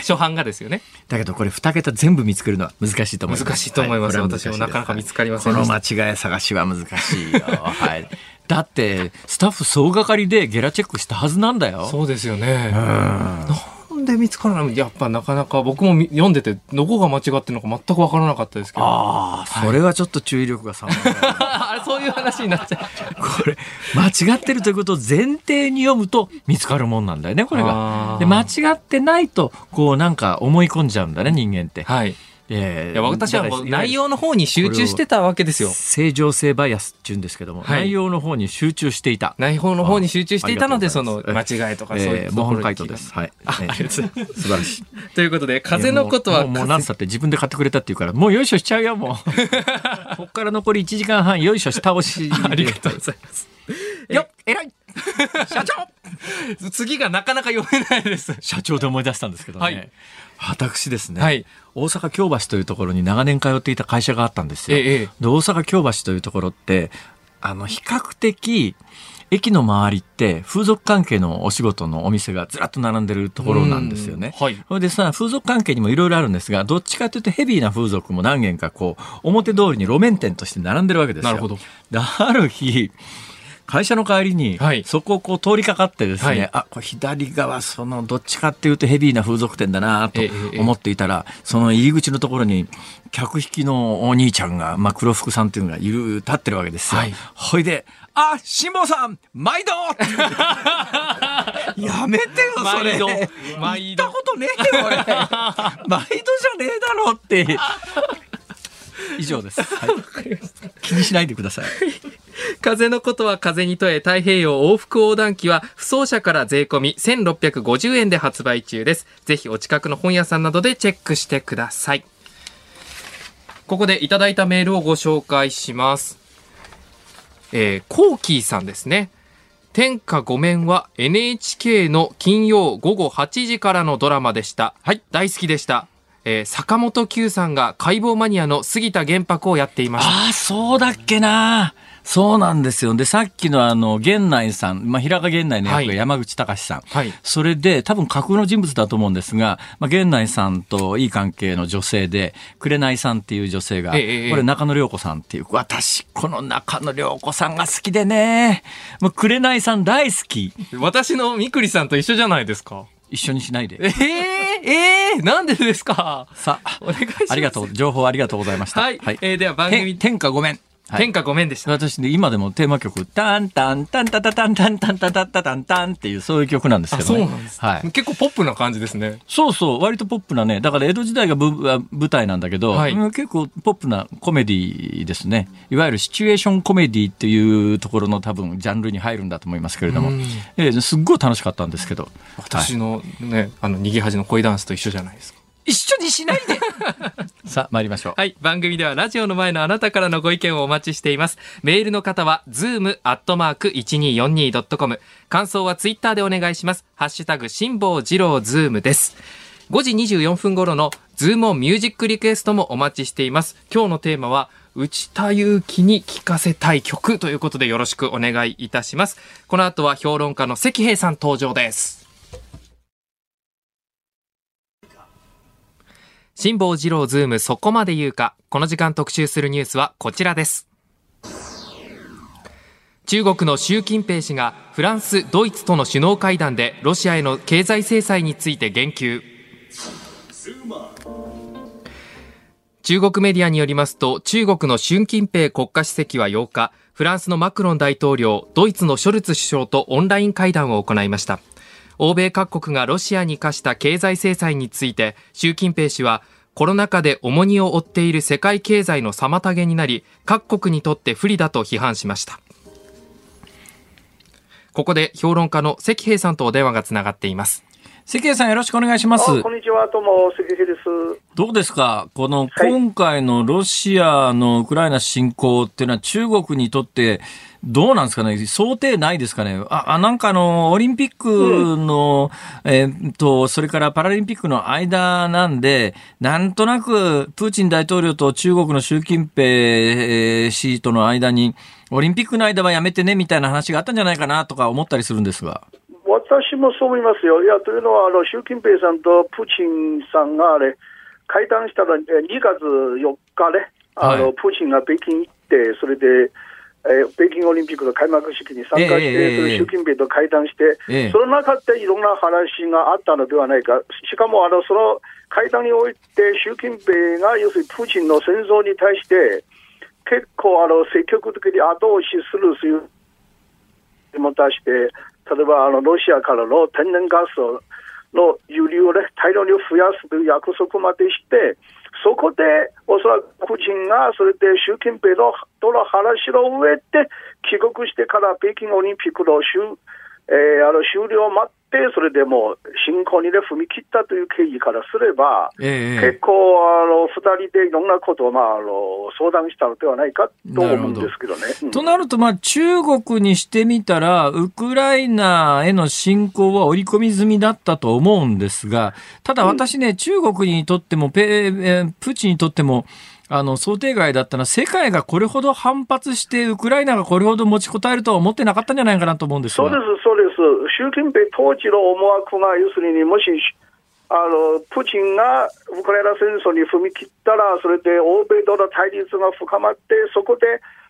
B: 初版がですよね。
A: だけどこれ2桁全部見つけるのは難しいと思います。
B: 難しいと思います
A: はこれは難し
B: 私もなかなか見つかりません
A: こ
B: で
A: の
B: した
A: 間違い探しは難しいよ。はい。だって、スタッフ総がかりでゲラチェックしたはずなんだよ。
B: そうですよね。なんで見つからないやっぱなかなか僕もみ読んでて、どこが間違ってるのか全く分からなかったですけど。あ
A: ああ、それはちょっと注意力が下がる。
B: あれ、そういう話になっちゃう。
A: これ、間違ってるということを前提に読むと見つかるもんなんだよね、これ
B: あ
A: が。
B: ー
A: で、間違ってないと、こうなんか思い込んじゃうんだね、人間って。
B: はい。い
A: えー
B: や、私はもう
A: だから
B: 内容の方に集中してたわけですよ。
A: 正常性バイアスって言うんですけども、
B: はい
A: 内容の方に集中していた。
B: 内容の方に集中していたので、
A: あ
B: そ
A: りがとうご
B: の
A: ざい
B: 間
A: ます
B: 違いとかそうい
A: えー、
B: うと
A: 模
B: ころ
A: 範解
B: に
A: 答です。はい。
B: あありがとうございま
A: 素
B: す
A: 晴らし い。
B: ということで、風のこと
A: いや
B: は
A: もうもうなんつったって自分で買ってくれたっていうから、もうよいしょしちゃうよ、も う。こっから残り1時間半、よいしょし倒し。
B: ありがとうございます。
A: よっ、偉い社長
B: 次がなかなか読めない です。
A: 社長で思い出したんですけどね。
B: はい
A: 私ですね、
B: はい
A: 大阪京橋というところに長年通っていた会社があったんですよ。
B: ええええ
A: で大阪京橋というところって、あの、比較的、駅の周りって風俗関係のお仕事のお店がずらっと並んでるところなんですよね。
B: うんはい
A: それでさ、風俗関係にもいろいろあるんですが、どっちかというとヘビーな風俗も何軒かこう、表通りに路面店として並んでるわけですよ。
B: なるほど。
A: で、ある日、会社の帰りに、
B: はい
A: そこをこう通りかかってですね、
B: はい
A: あ、これ左側、その、どっちかっていうとヘビーな風俗店だなと
B: ええええ
A: 思っていたら、その入り口のところに、客引きのお兄ちゃんが、まあ、黒服さんっていうのがいる、立ってるわけですよ。
B: はい
A: ほいで、あ、辛坊さん毎度やめてよ、それ
B: 毎度毎
A: 行
B: 度
A: ったことねえよ、俺毎度じゃねえだろって。以上です。はい気にしないでください。
B: 風のことは風に問え太平洋往復横断機は不走者から税込み1650円で発売中ですぜひお近くの本屋さんなどでチェックしてくださいここでいただいたメールをご紹介しますえー、コーキーさんですね天下御免は NHK の金曜午後8時からのドラマでした。はい。大好きでした。えー坂本九さんが解剖マニアの杉田玄白をやっていました。
A: ああ、そうだっけな。そうなんですよ。で、さっきのあの、源内さん、まあ、平賀源内の役
B: は
A: が
B: い
A: 山口隆さん。
B: はい
A: それで、多分架空の人物だと思うんですが、まあ、源内さんといい関係の女性で、紅さんっていう女性が、
B: ええええ
A: これ中野良子さんっていう、私、この中野良子さんが好きでね、もう紅さん大好き。
B: 私のみくりさんと一緒じゃないですか。
A: 一緒にしないで。
B: えー、えー、なんでですか
A: さあ、
B: お願いします。
A: ありがとう、情報ありがとうございました。
B: はい。えーでは番
A: て
B: 組、
A: 天下ごめん。はい
B: 天下ごめんでした。
A: 私ね、今でもテーマ曲、タンタンタンタタタンタンタンタタタタンタンっていう、そういう曲なんですけどね。はい。
B: 結構ポップな感じですね。
A: そうそう、割とポップなね、だから江戸時代がぶ舞台なんだけど、
B: はい
A: うん結構ポップなコメディですね。いわゆるシチュエーションコメディっていうところの多分ジャンルに入るんだと思いますけれども
B: うん、
A: えーすっごい楽しかったんですけど、は
B: 私のね、あの、逃げ恥の恋ダンスと一緒じゃないですか。
A: い一緒にしないで さあ、参りましょう。
B: はい。番組ではラジオの前のあなたからのご意見をお待ちしています。メールの方は、zoom.1242.com。感想はツイッターでお願いします。ハッシュタグ、辛抱二郎ズームです。5時24分頃のズームオンミュージックリクエストもお待ちしています。今日のテーマは、内田祐樹に聴かせたい曲ということでよろしくお願いいたします。この後は評論家の関平さん登場です。辛坊治郎ズームそこまで言うか。この時間特集するニュースはこちらです。中国の習近平氏がフランス、ドイツとの首脳会談でロシアへの経済制裁について言及。中国メディアによりますと中国の習近平国家主席は8日フランスのマクロン大統領、ドイツのショルツ首相とオンライン会談を行いました。欧米各国がロシアに課した経済制裁について、習近平氏は、コロナ禍で重荷を負っている世界経済の妨げになり、各国にとって不利だと批判しました。ここで評論家の関平さんとお電話がつながっています。
A: 関平さんよろしくお願いします。
D: こんにちは、どうも、関平です。
A: どうですかこの、今回のロシアのウクライナ侵攻っていうのは中国にとって、どうなんですかね想定ないですかねあ、あなんかあの、オリンピックの、うん、えー、っと、それからパラリンピックの間なんで、なんとなく、プーチン大統領と中国の習近平氏との間に、オリンピックの間はやめてね、みたいな話があったんじゃないかなとか思ったりするんですが。
D: 私もそう思いますよ。いやというのはあの、習近平さんとプーチンさんがあれ会談したら2月4日ね、あの、はい、プーチンが北京行って、それで、えー、北京オリンピックの開幕式に参加して、えー、それ習近平と会談して、えー、その中でいろんな話があったのではないか、しかもあのその会談において、習近平が要するにプーチンの戦争に対して、結構あの積極的に後押しするというも出して、例えばあのロシアからの天然ガスの輸入を、ね、大量に増やすという約束までして、そこでおそらくプーチンが、それで習近平のとの話の上で、帰国してから北京オリンピックの終,、えー、あの終了を待って、それでもう侵攻に、ね、踏み切ったという経緯からすれば、ええ、結構あの、2人でいろんなことを、まあ、あの相談したのではないかと思うんですけどね。
A: どうん、となると、まあ、中国にしてみたら、ウクライナへの侵攻は織り込み済みだったと思うんですが、ただ私ね、うん、中国にとってもペ、えー、プーチンにとっても、あの、想定外だったのは、世界がこれほど反発して、ウクライナがこれほど持ちこたえるとは思ってなかったんじゃないかなと思うんです
D: そうです、そうです。習近平当時の思惑が、要するに、もし、あの、プーチンがウクライナ戦争に踏み切ったら、それで欧米との対立が深まって、そこで、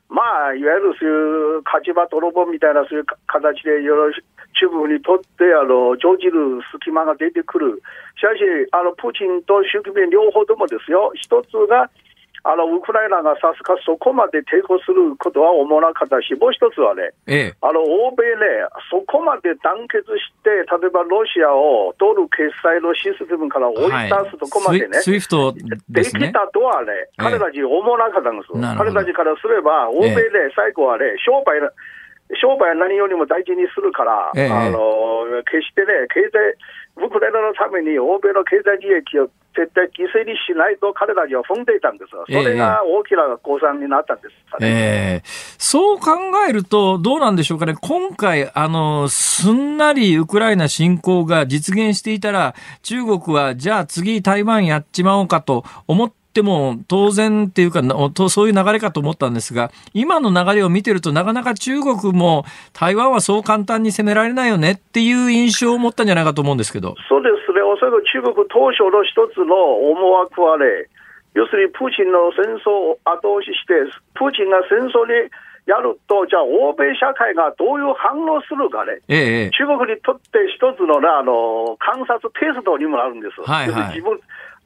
D: まあ、いわゆるそういう火事場泥棒みたいな、そういう形で、いろいろ中国にとって、あの、生じる隙間が出てくる。しかし、あの、プーチンと習近平両方ともですよ、一つが、あのウクライナがさすがそこまで抵抗することは思わなかったし、もう一つはね、ええ、あの欧米ね、そこまで団結して、例えばロシアをドル決済のシステムから追い出すとこまでね、はい、
A: スイフト
D: で、ね、きたとはね、彼たち思わなかったんです、え、彼たちからすれば、欧米ね、最後はね、商売、商売は何よりも大事にするから、あの決してね、経済、ウクライナのために欧米の経済利益を絶対犠牲にしないと彼らには踏んでいたんですが、それが大きな誤算になったんです、
A: ねえー、そう考えると、どうなんでしょうかね、今回、あのすんなりウクライナ侵攻が実現していたら、中国はじゃあ次、台湾やっちまおうかと思って、も当然っていうかそういう流れかと思ったんですが今の流れを見てるとなかなか中国も台湾はそう簡単に攻められないよねっていう印象を持ったんじゃないかと思うんですけど
D: そうですね、おそらく中国当初の一つの思惑はね、要するにプーチンの戦争を後押しして、プーチンが戦争にやると、じゃあ、欧米社会がどういう反応するかね、ええ、中国にとって一つの,、ね、あの観察テストにもなるんです。はいはい、自分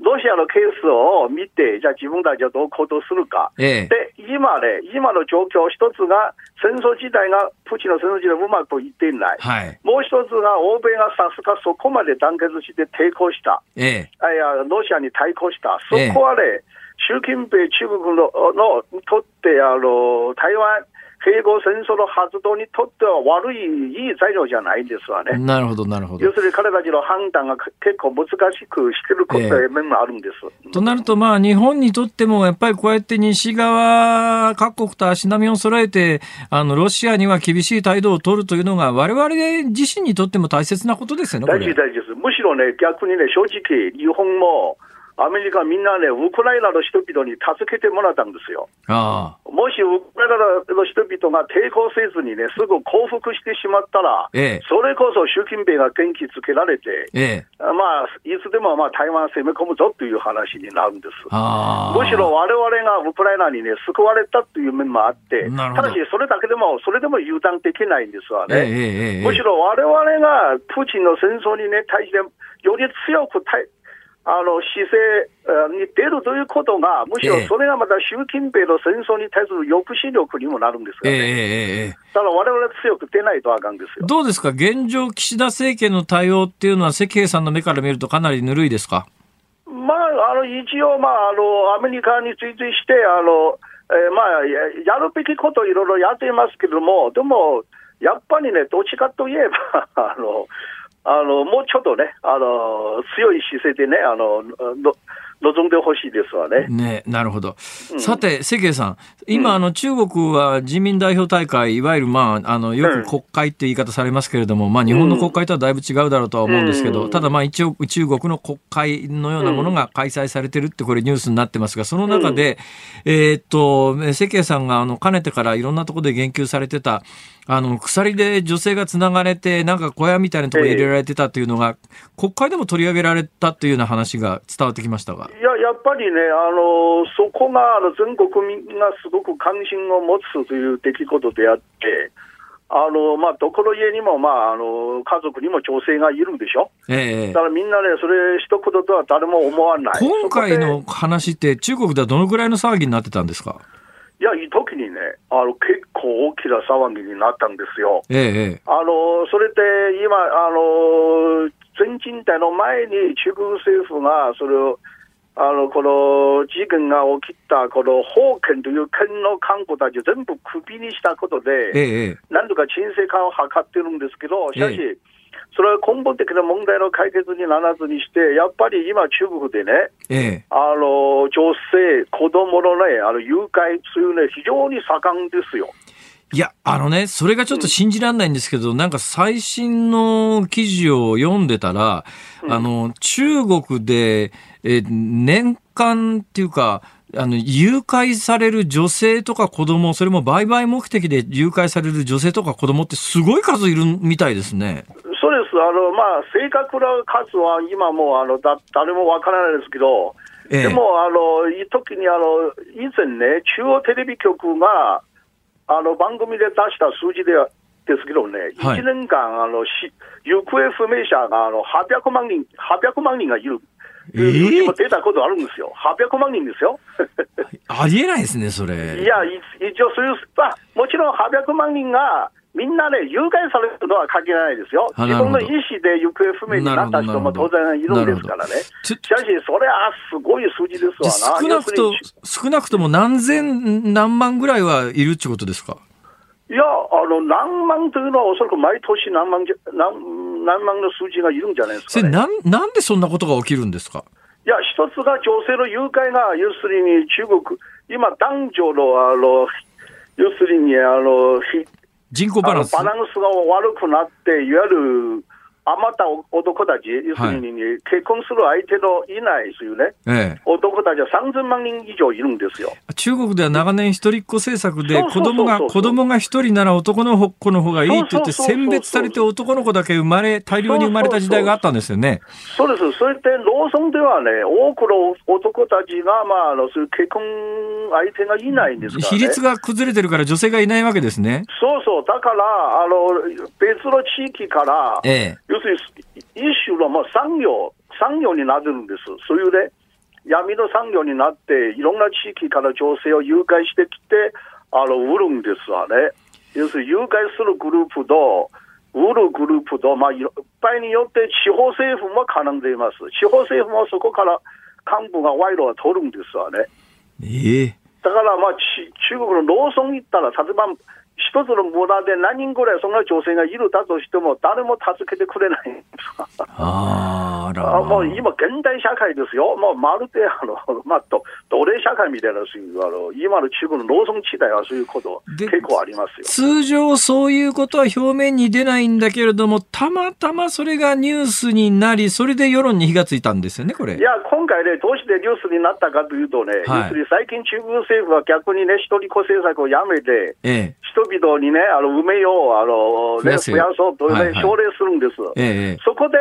D: ロシアのケースを見て、じゃあ自分たちはどう行動するか。ええ、で、今ね、今の状況、一つが、戦争自体が、プーチンの戦争自体うまくいっていない。はい、もう一つが、欧米がさすがそこまで団結して抵抗した。ええ、あいや、ロシアに対抗した。そこはね、え、習近平中国ののとって、あの、台湾、併合戦争の発動にとっては悪い、いい材料じゃないんですわね。
A: なるほど、なるほど。
D: 要するに彼たちの判断が結構難しくしてること、えー、面もあるんです。
A: となると、まあ、日本にとっても、やっぱりこうやって西側各国と足並みを揃えて、あの、ロシアには厳しい態度を取るというのが、われわれ自身にとっても大切なことですよね、
D: 大事、大事です。むしろね、逆にね、正直、日本も、アメリカみんなね、ウクライナの人々に助けてもらったんですよ。あもしウクライナの人々が抵抗せずにね、すぐ降伏してしまったら、ええ、それこそ習近平が元気づけられて、ええ、まあ、いつでもまあ台湾攻め込むぞという話になるんです。むしろ我々がウクライナにね、救われたという面もあって、ただしそれだけでも、それでも油断できないんですわね。えええ、むしろ我々がプーチンの戦争にね、対してより強く対あの姿勢えーに出るということが、むしろ
A: ええ
D: それがまた習近平の戦争に対する抑止力にもなるんです
A: ええ
D: よ
A: え
D: ね。
A: えええ
D: だから我々強く出ないとあかんですよ。
A: どうですか現状、岸田政権の対応っていうのは、関平さんの目から見るとかなりぬるいですか
D: まあ、あの一応、まああの、アメリカに追随して、あのえーまあ、ややるべきことをいろいろやっていますけれども、でも、やっぱりね、どっちかといえば、 あのあのもうちょっとね、あの強い姿勢でね、あのの望んでほしいですわね。
A: ねなるほど。さて、関平さん、今、あの、中国は人民代表大会、いわゆる、まあ、あの、よく国会って言い方されますけれども、まあ、日本の国会とはだいぶ違うだろうとは思うんですけど、
D: うん
A: ただ、まあ、一応、中国の国会のようなものが開催されてるって、これニュースになってますが、その中で、えーっと、関平さんが、あの、かねてからいろんなところで言及されてた、あの、鎖で女性が繋がれて、なんか小屋みたいなところに入れられてたっていうのが、国会でも取り上げられたっていうような話が伝わってきましたが。
D: いややっぱりね、あのそこがあの全国民がすごく関心を持つという出来事であって、あのまあ、どこの家にも、まあ、あの家族にも女性がいるんでしょ。
A: ええ
D: だからみんなね、それ一言とは誰も思わない。
A: 今回
D: そこ
A: の話って中国ではどのくらいの騒ぎになってたんですか
D: でいや、いい時にね、あの結構大きな騒ぎになったんですよ。
A: ええ
D: あのそれで今、あの全人代の前に中国政府がそれをあのこの事件が起きたこの法権という県の幹部たちを全部クビにしたこと
A: ええ
D: で、
A: ええ
D: なんとか沈静化を図ってるんですけど、しかし
A: え、
D: それは根本的な問題の解決にならずにして、やっぱり今、中国でね、
A: ええ
D: あの女性、子供のね、あの誘拐というね、非常に盛んですよ。
A: いや、あのね、それがちょっと信じられないんですけど、なんか最新の記事を読んでたら、あの、中国で、え、年間っていうか、あの、誘拐される女性とか子供、それも売買目的で誘拐される女性とか子供ってすごい数いるみたいですね。
D: そうです、あのまあ、正確な数は今もうあのだ誰もわからないですけど、
A: ええ
D: でも、あのいい時にあの以前ね、中央テレビ局があの番組で出した数字でですけどね、
A: はい
D: 1年間あのし、行方不明者があの800万人、800万人がいる。
A: ええ
D: いう数字も出たことあるんですよ。800万人ですよ。
A: ありえないですね、それ。
D: いや、い一応そういう、まあ、もちろん800万人が、みんなね、誘拐されるのは限らないですよ。
A: あ
D: 自
A: なるほ
D: 分
A: ど
D: の意思で行方不明になった人も当然いるんですからね。
A: ちょ
D: しかし、それはすごい数字です
A: じゃ
D: わ
A: あ
D: な。
A: 少なくと
D: 要する
A: 少
D: に、
A: なくとも何千、何万ぐらいはいるってことですか
D: いや、あの、何万というのはおそらく毎年何万じゃ何何万の数字がいるんじゃないで
A: そ
D: すか、
A: れ
D: ね。
A: なん、なんでそんなことが起きるんですか
D: いや、一つが女性の誘拐が、要するに中国、今男女の、あの、要するに、あの、ひ
A: 人口バランス。
D: あのバランスが悪くなって、いわゆる、あまた男たち、要するに、結婚する相手のいないというね、
A: ええ。
D: 男たちは3000万人以上いるんですよ。
A: 中国では長年一人っ子政策で
D: そう
A: 子
D: そうそうそう
A: 供が、子供が一人なら男の子の方がいいって言って
D: そうそうそうそう
A: 選別されて男の子だけ生まれ、大量に生まれた時代があったんですよね。
D: そうです、それで農村ではね、多くの男たちが、まあ、あのそういう結婚相手がいないんですから、ね、
A: 比率が崩れてるから女性がいないわけですね。
D: そうそう、だからあの、別の地域から、
A: え
D: 要するに一種のまあ産業、産業になってるんです、そういうね、闇の産業になって、いろんな地域から女性を誘拐してきて、あの売るんですわね、要するに誘拐するグループと、売るグループと、まあ、いろいっぱいによって地方政府も絡んでいます、地方政府もそこから幹部が賄賂を取るんですわね。
A: え。ええ。
D: だからまあち中国の農村行ったら、例えば一つの村で何人ぐらいそんな女性がいるだとしても、誰も助けてくれないんですわ
A: あーあら。
D: あもう今、現代社会ですよ、もうまるであの、 まあ、ど奴隷社会みたいな、そういうあの今の中国の農村地帯はそういうこと、
A: で
D: 結構ありますよ。
A: 通常そういうことは表面に出ないんだけれども、たまたまそれがニュースになり、それで世論に火がついたんですよね、これ。
D: いや、今回ね、どうしてニュースになったかというとね、
A: はい
D: 要するに最近、中国政府は逆にね、一人っ子政策をやめて、
A: え
D: 人々にね、あの梅をあの、ね、
A: 増
D: 増
A: や
D: や
A: せ
D: そうと、ね
A: はいはい
D: 奨励するんです。
A: え。ええ。
D: そこで、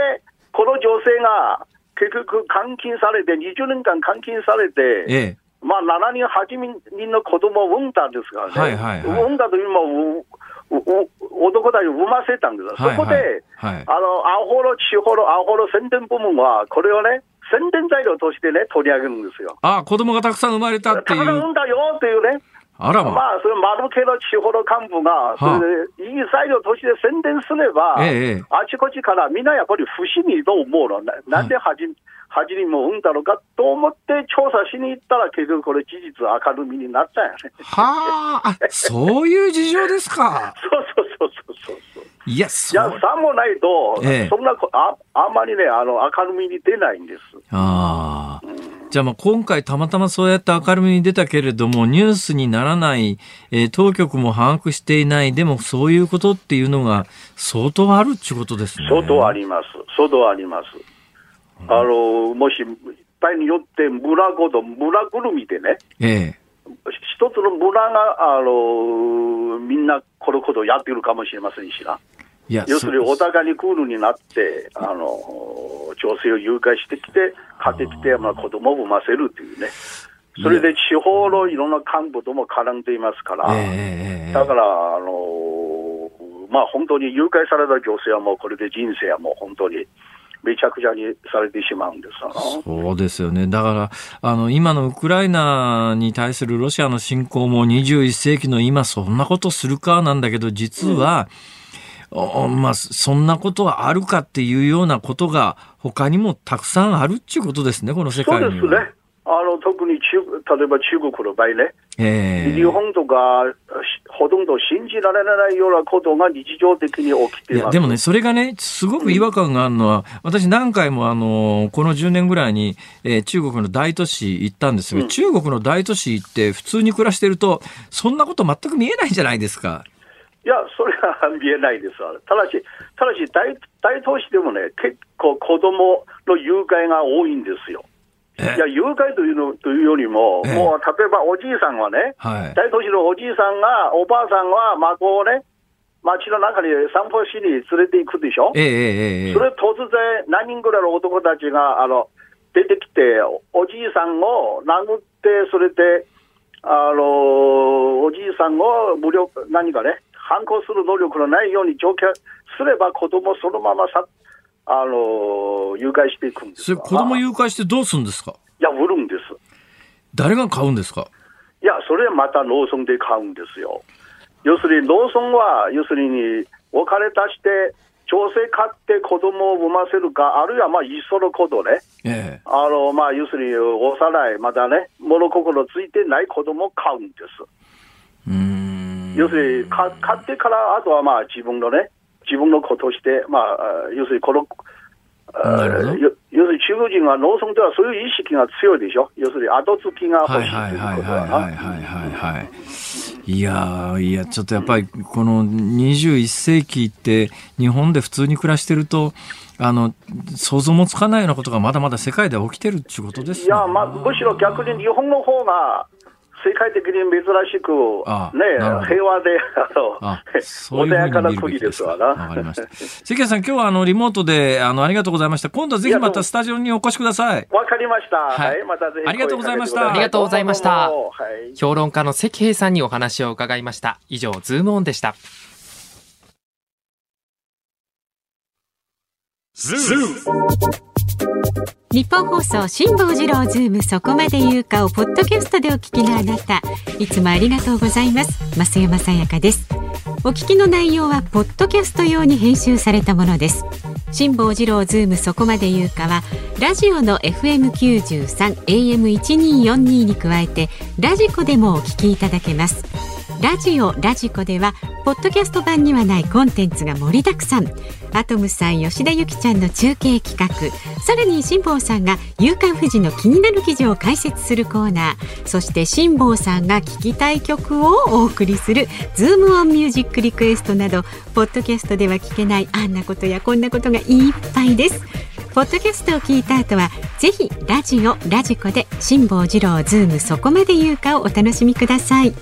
D: この女性が結局監禁されて、20年間監禁され
A: え
D: て、
A: え。
D: まあ、7人、8人の子供を産んだんですからね、
A: はいはいはい
D: 産んだというのも、ううう男たちを産ませたんです、
A: はい
D: そこで、
A: はい。はい
D: あの、アホの地方のアホの宣伝部門は、これをね、宣伝材料としてね、取り上げるんですよ。
A: あ、子供がたくさん生まれたってい
D: 宝
A: う。
D: んだよっていうね、
A: あらま。
D: まあ、それ、丸系の地方の幹部が、
A: はあ
D: それでいい材料として宣伝すれば、
A: ええ
D: あちこちからみんなやっぱり不思議と思うの、ななんで恥恥にも産んだのかと思って調査しに行ったら、結局これ、事実明るみになったんやね。
A: はあ、あそういう事情ですか。
D: そうそうそうそうそうそう。
A: いや、
D: い
A: そ
D: や、
A: う。
D: さもないと、
A: ええ
D: そんなこあ、あんまりね、あの、明るみに出ないんです。
A: ああ。じゃあまあ今回たまたまそうやって明るみに出たけれども、ニュースにならない、えー当局も把握していない、でもそういうことっていうのが相当あるってことですね。
D: 相当あります。相当あります。あの、もし、いっぱいによって村ごと、村ぐるみでね、
A: ええ。
D: 一つの村が、あの、みんなこのことをやってるかもしれませんしな。
A: いや、
D: 要するに、
A: そう
D: お互いにクールになって、あの、女性を誘拐してきて、家庭来て、まあ、子供を産ませるというね。それで地方のいろんな幹部とも絡んでいますから、
A: ええええええ
D: だから、あのーまあ、本当に誘拐された女性はもうこれで人生はもう本当にめちゃくちゃにされてしまうんですよな
A: そうですよね。だから、あの、今のウクライナに対するロシアの侵攻も21世紀の今そんなことするかなんだけど、実は、おまあ、そんなことはあるかっていうようなことが他にもたくさんあるっていうことですね、この世
D: そ
A: 界には。
D: うですね。あの、特に中、例えば中国の場合ね、
A: ええ
D: 日本とか、しほとんど信じられないようなことが日常的に起きて
A: い
D: いま
A: や
D: す。
A: でもね、それがね、すごく違和感があるのは、私何回もあの、この10年ぐらいに、えー中国の大都市行ったんですが、
D: うん
A: 中国の大都市行って普通に暮らしてると、そんなこと全く見えないじゃないですか。
D: いや、それは見えないですわ。ただし、ただし大、大都市でもね、結構子供の誘拐が多いんですよ。いや、誘拐というの、というよりも、
A: ええ
D: もう、例えばおじいさんはね、
A: はい。
D: 大都市のおじいさんが、おばあさんは孫をね、街の中に散歩しに連れて行くでしょ、
A: ええええええ
D: それ突然、何人ぐらいの男たちがあの出てきて、おおじいさんを殴って、それで、あのおじいさんを無力、何かね、反抗する能力のないように状況すれば、子供そのままさ、あの誘拐していくんです
A: それ
D: わ
A: 子供
D: い
A: 誘拐してどうするんですか
D: や、売るんです。
A: 誰が買うんですか
D: いや、それまた農村で買うんですよ。要するに農村は、要するにお金出して、調整買って子供を産ませるか、あるいはまあいっそのことね、
A: ええ
D: あのまあ要するに幼い、まだね、物心ついてない子供を買うんです。
A: うーん。
D: 要するにか買ってから、あとはまあ自分のね、自分の子として、まあ、あ要するにこの、あ
A: なるほど
D: よ要するに中国人は農村ではそういう意識が強いでしょ、要するに後付きが欲
A: は
D: し
A: い
D: い
A: はい
D: という
A: はい
D: こと
A: は
D: だ
A: い
D: な。
A: はいはいはいはい。いやーいや、ちょっとやっぱりこの21世紀って日本で普通に暮らしてると、あの、想像もつかないようなことがまだまだ世界で起きてるっていうことですね。
D: いや、まあ、むしろ逆に日本の方が、世界的に珍しく
A: あ、
D: ね
A: なるほど、
D: 平和で、あの、
A: あ、そうい
D: 穏
A: うふう
D: や
A: に
D: かな
A: 見るべ
D: 国
A: き
D: で
A: ですす
D: わ
A: か。
D: な。
A: わかりました。関谷さん、今日はあの、リモートで、あの、ありがとうございました。今度はぜひまたスタジオにお越しください。
D: わかりました。
B: は
D: はいい、またぜひ声かけてくださ。
A: ありがとうございました
B: ありがとうございました
D: どうもどうもはい。
B: 評論家の関平さんにお話を伺いました。以上、ズームオンでした。
E: Zoo.
F: 日本放送辛坊治郎ズームそこまで言うかをポッドキャストでお聞きのあなたいつもありがとうございます増山さやかですお聞きの内容はポッドキャスト用に編集されたものです辛坊治郎ズームそこまで言うかはラジオの FM93 AM1242 に加えてラジコでもお聞きいただけますラジオラジコではポッドキャスト版にはないコンテンツが盛りだくさんアトムさん吉田ゆきちゃんの中継企画さらに辛坊さんが「夕刊富士」の気になる記事を解説するコーナーそして辛坊さんが聴きたい曲をお送りする「ズームオンミュージックリクエスト」などポッドキャストでは聞けないあんなことやこんなことがいっぱいです。ポッドキャストを聞いた後はぜひラジオラジコで辛坊治郎ズームそこまで言うかをお楽しみください。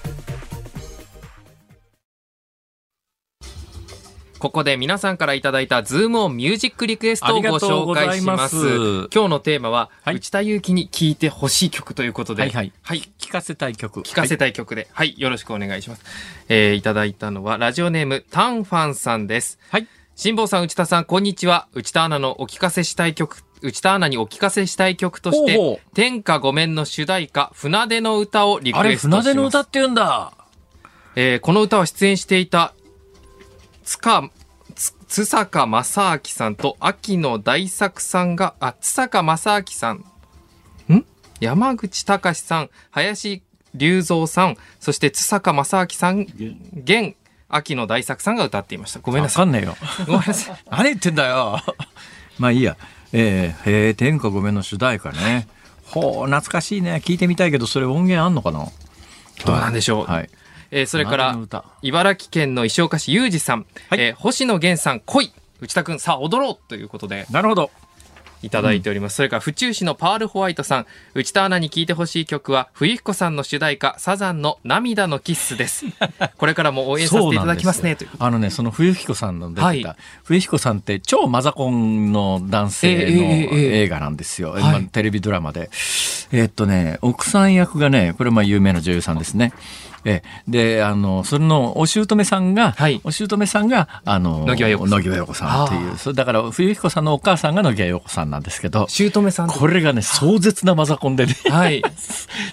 B: ここで皆さんからいただいたズームオンミュージックリクエストをご紹介します。
A: ありがとうございます
B: 今日のテーマは、
A: はい
B: 内田祐樹に聴いてほしい曲ということで、
A: はいはい
B: はい、
A: 聞かせたい曲。
B: 聞かせたい曲で、はい、よろしくお願いします。えー、いただいたのは、ラジオネーム、タンファンさんです。
A: はい。
B: 辛坊さん、内田さん、こんにちは。内田アナのお聞かせしたい曲内田アナにお聞かせしたい曲として、
A: ほうほう
B: 天下御免の主題歌、船出の歌をリク
A: あれ、
B: エストしま
A: 船
B: す。
A: 出の歌って言うんだ。
B: えーこの歌は出演していた、つか、つ、つさか正明さんと秋野大作さんが、あ、つさか正明さん、ん山口隆さん、林隆三さん、そしてつさか正明さん、現、秋野大作さんが歌っていました。ごめん
A: わ
B: なさい。
A: かんねえよ。
B: ごめんなさい。
A: 何言ってんだよ。 まあいいや。えー、へえ、天下ごめんの主題歌ね。ほう、懐かしいね。聞いてみたいけど、それ音源あんのかな
B: どうなんでしょう。
A: はい。
B: えーそれから
A: 何の歌、
B: 茨城県の石岡市裕二さん、
A: はい
B: えー星野源さん、恋、内田君、さあ踊ろうということで、
A: なるほど。
B: いただいております。それから、府中市のパールホワイトさん、内田アナに聴いてほしい曲は、冬彦さんの主題歌、サザンの涙のキッスです。これからも応援させていただきますね、という。
A: あのね、その冬彦さんの出てた、
B: はい
A: 冬彦さんって超マザコンの男性
B: ええええ
A: の
B: ええ
A: 映画なんですよ。
B: い
A: まあテレビドラマで。えっとね、奥さん役がね、これまあ有名な女優さんですね。ええで、あの、それのお姑さんが、
B: はい
A: お姑さんが、あの、
B: 野際陽子さん
A: 野際陽子さんってい
B: ああ
A: う。そうだから、冬彦さんのお母さんが野際陽子さんなんですけど、
B: 姑さんと
A: これがね、壮絶なマザコンでね、
B: はい。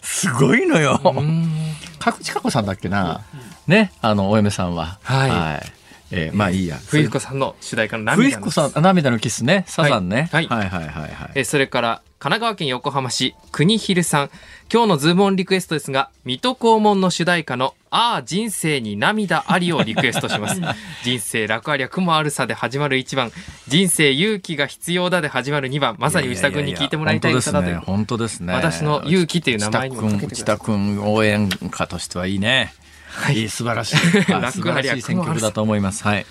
A: すごいのよ。
B: うん
A: 角地佳子さんだっけな、ねあのお嫁さんは
B: はい
A: えーまあいいや
B: 冬彦さんの主題歌の
A: 冬
B: 涙の
A: 彦
B: キッス
A: さん。あ涙のキスねサザンね、
B: はい
A: はいはいはいはい
B: えーそれから、神奈川県横浜市、国昼さん。今日のズームオンリクエストですが、水戸黄門の主題歌の、ああ、人生に涙ありをリクエスト します。人生楽ありゃ雲あるさで始まる1番、人生勇気が必要だで始まる2番、まさに内田君に聞いてもらいたい歌だという。
A: 本当ですね本当です
B: 私
A: ね
B: の勇気という名前にもかけてくだ
A: 内
B: さ
A: 田
B: い。
A: 君内田君応援歌としてはいいねはい、いい素晴 らしい
B: 楽ありゃ
A: あ素晴らしい選曲だと思いますはい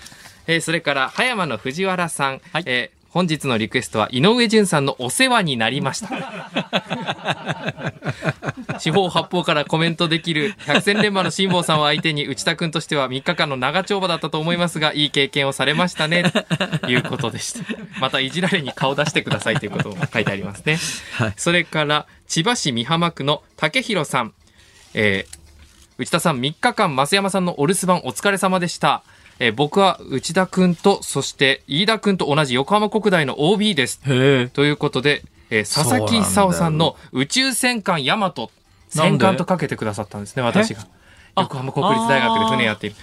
B: えーそれから、葉山の藤原さん。
A: はい
B: えー本日のリクエストは井上淳さんのお世話になりました。 四方八方からコメントできる百戦錬磨の辛坊さんを相手に内田君としては3日間の長丁場だったと思いますが、いい経験をされましたね、ということでした。またいじられに顔出してくださいということも書いてありますね。それから、千葉市美浜区の竹弘さん。えー内田さん3日間増山さんのお留守番お疲れ様でした、えー僕は内田君とそして飯田君と同じ横浜国大の OB です
A: へえ
B: ということで、えー佐々木久夫さんの宇宙戦艦ヤマト
A: なんで
B: 戦艦とかけてくださったんですね私が横浜国立大学で船やっている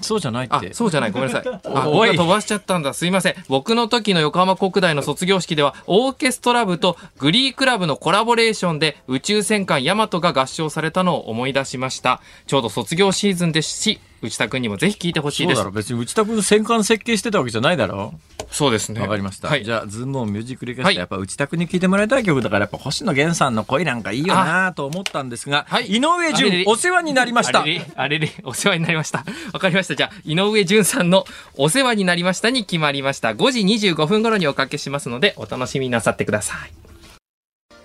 A: そうじゃない
B: あ
A: って
B: そうじゃないごめん なさいあ
A: お
B: 僕
A: い
B: が飛ばしちゃったんだすいません僕の時の横浜国大の卒業式ではオーケストラ部とグリークラブのコラボレーションで宇宙戦艦ヤマトが合唱されたのを思い出しましたちょうど卒業シーズンですし内田君にもぜひ聞いてほしい
A: そう
B: です
A: だ
B: そ
A: ろ
B: う
A: 別に内田君戦艦設計してたわけじゃないだろ
B: ですね
A: わかりました。
B: はい、
A: じゃあ、ズームオンミュージックリクエスト、
B: はい
A: やっぱ内田君に聞いてもらいたい曲だから、やっぱ星野源さんの恋なんかいいよなと思ったんですが、
B: はい
A: 井上
B: あれ
A: 淳
B: れ、
A: お世話になりました
B: あ。れれあれれお世話になりましたわかりましたじゃあ井上淳さんの「お世話になりました」に決まりました5時25分頃におかけしますのでお楽しみになさってください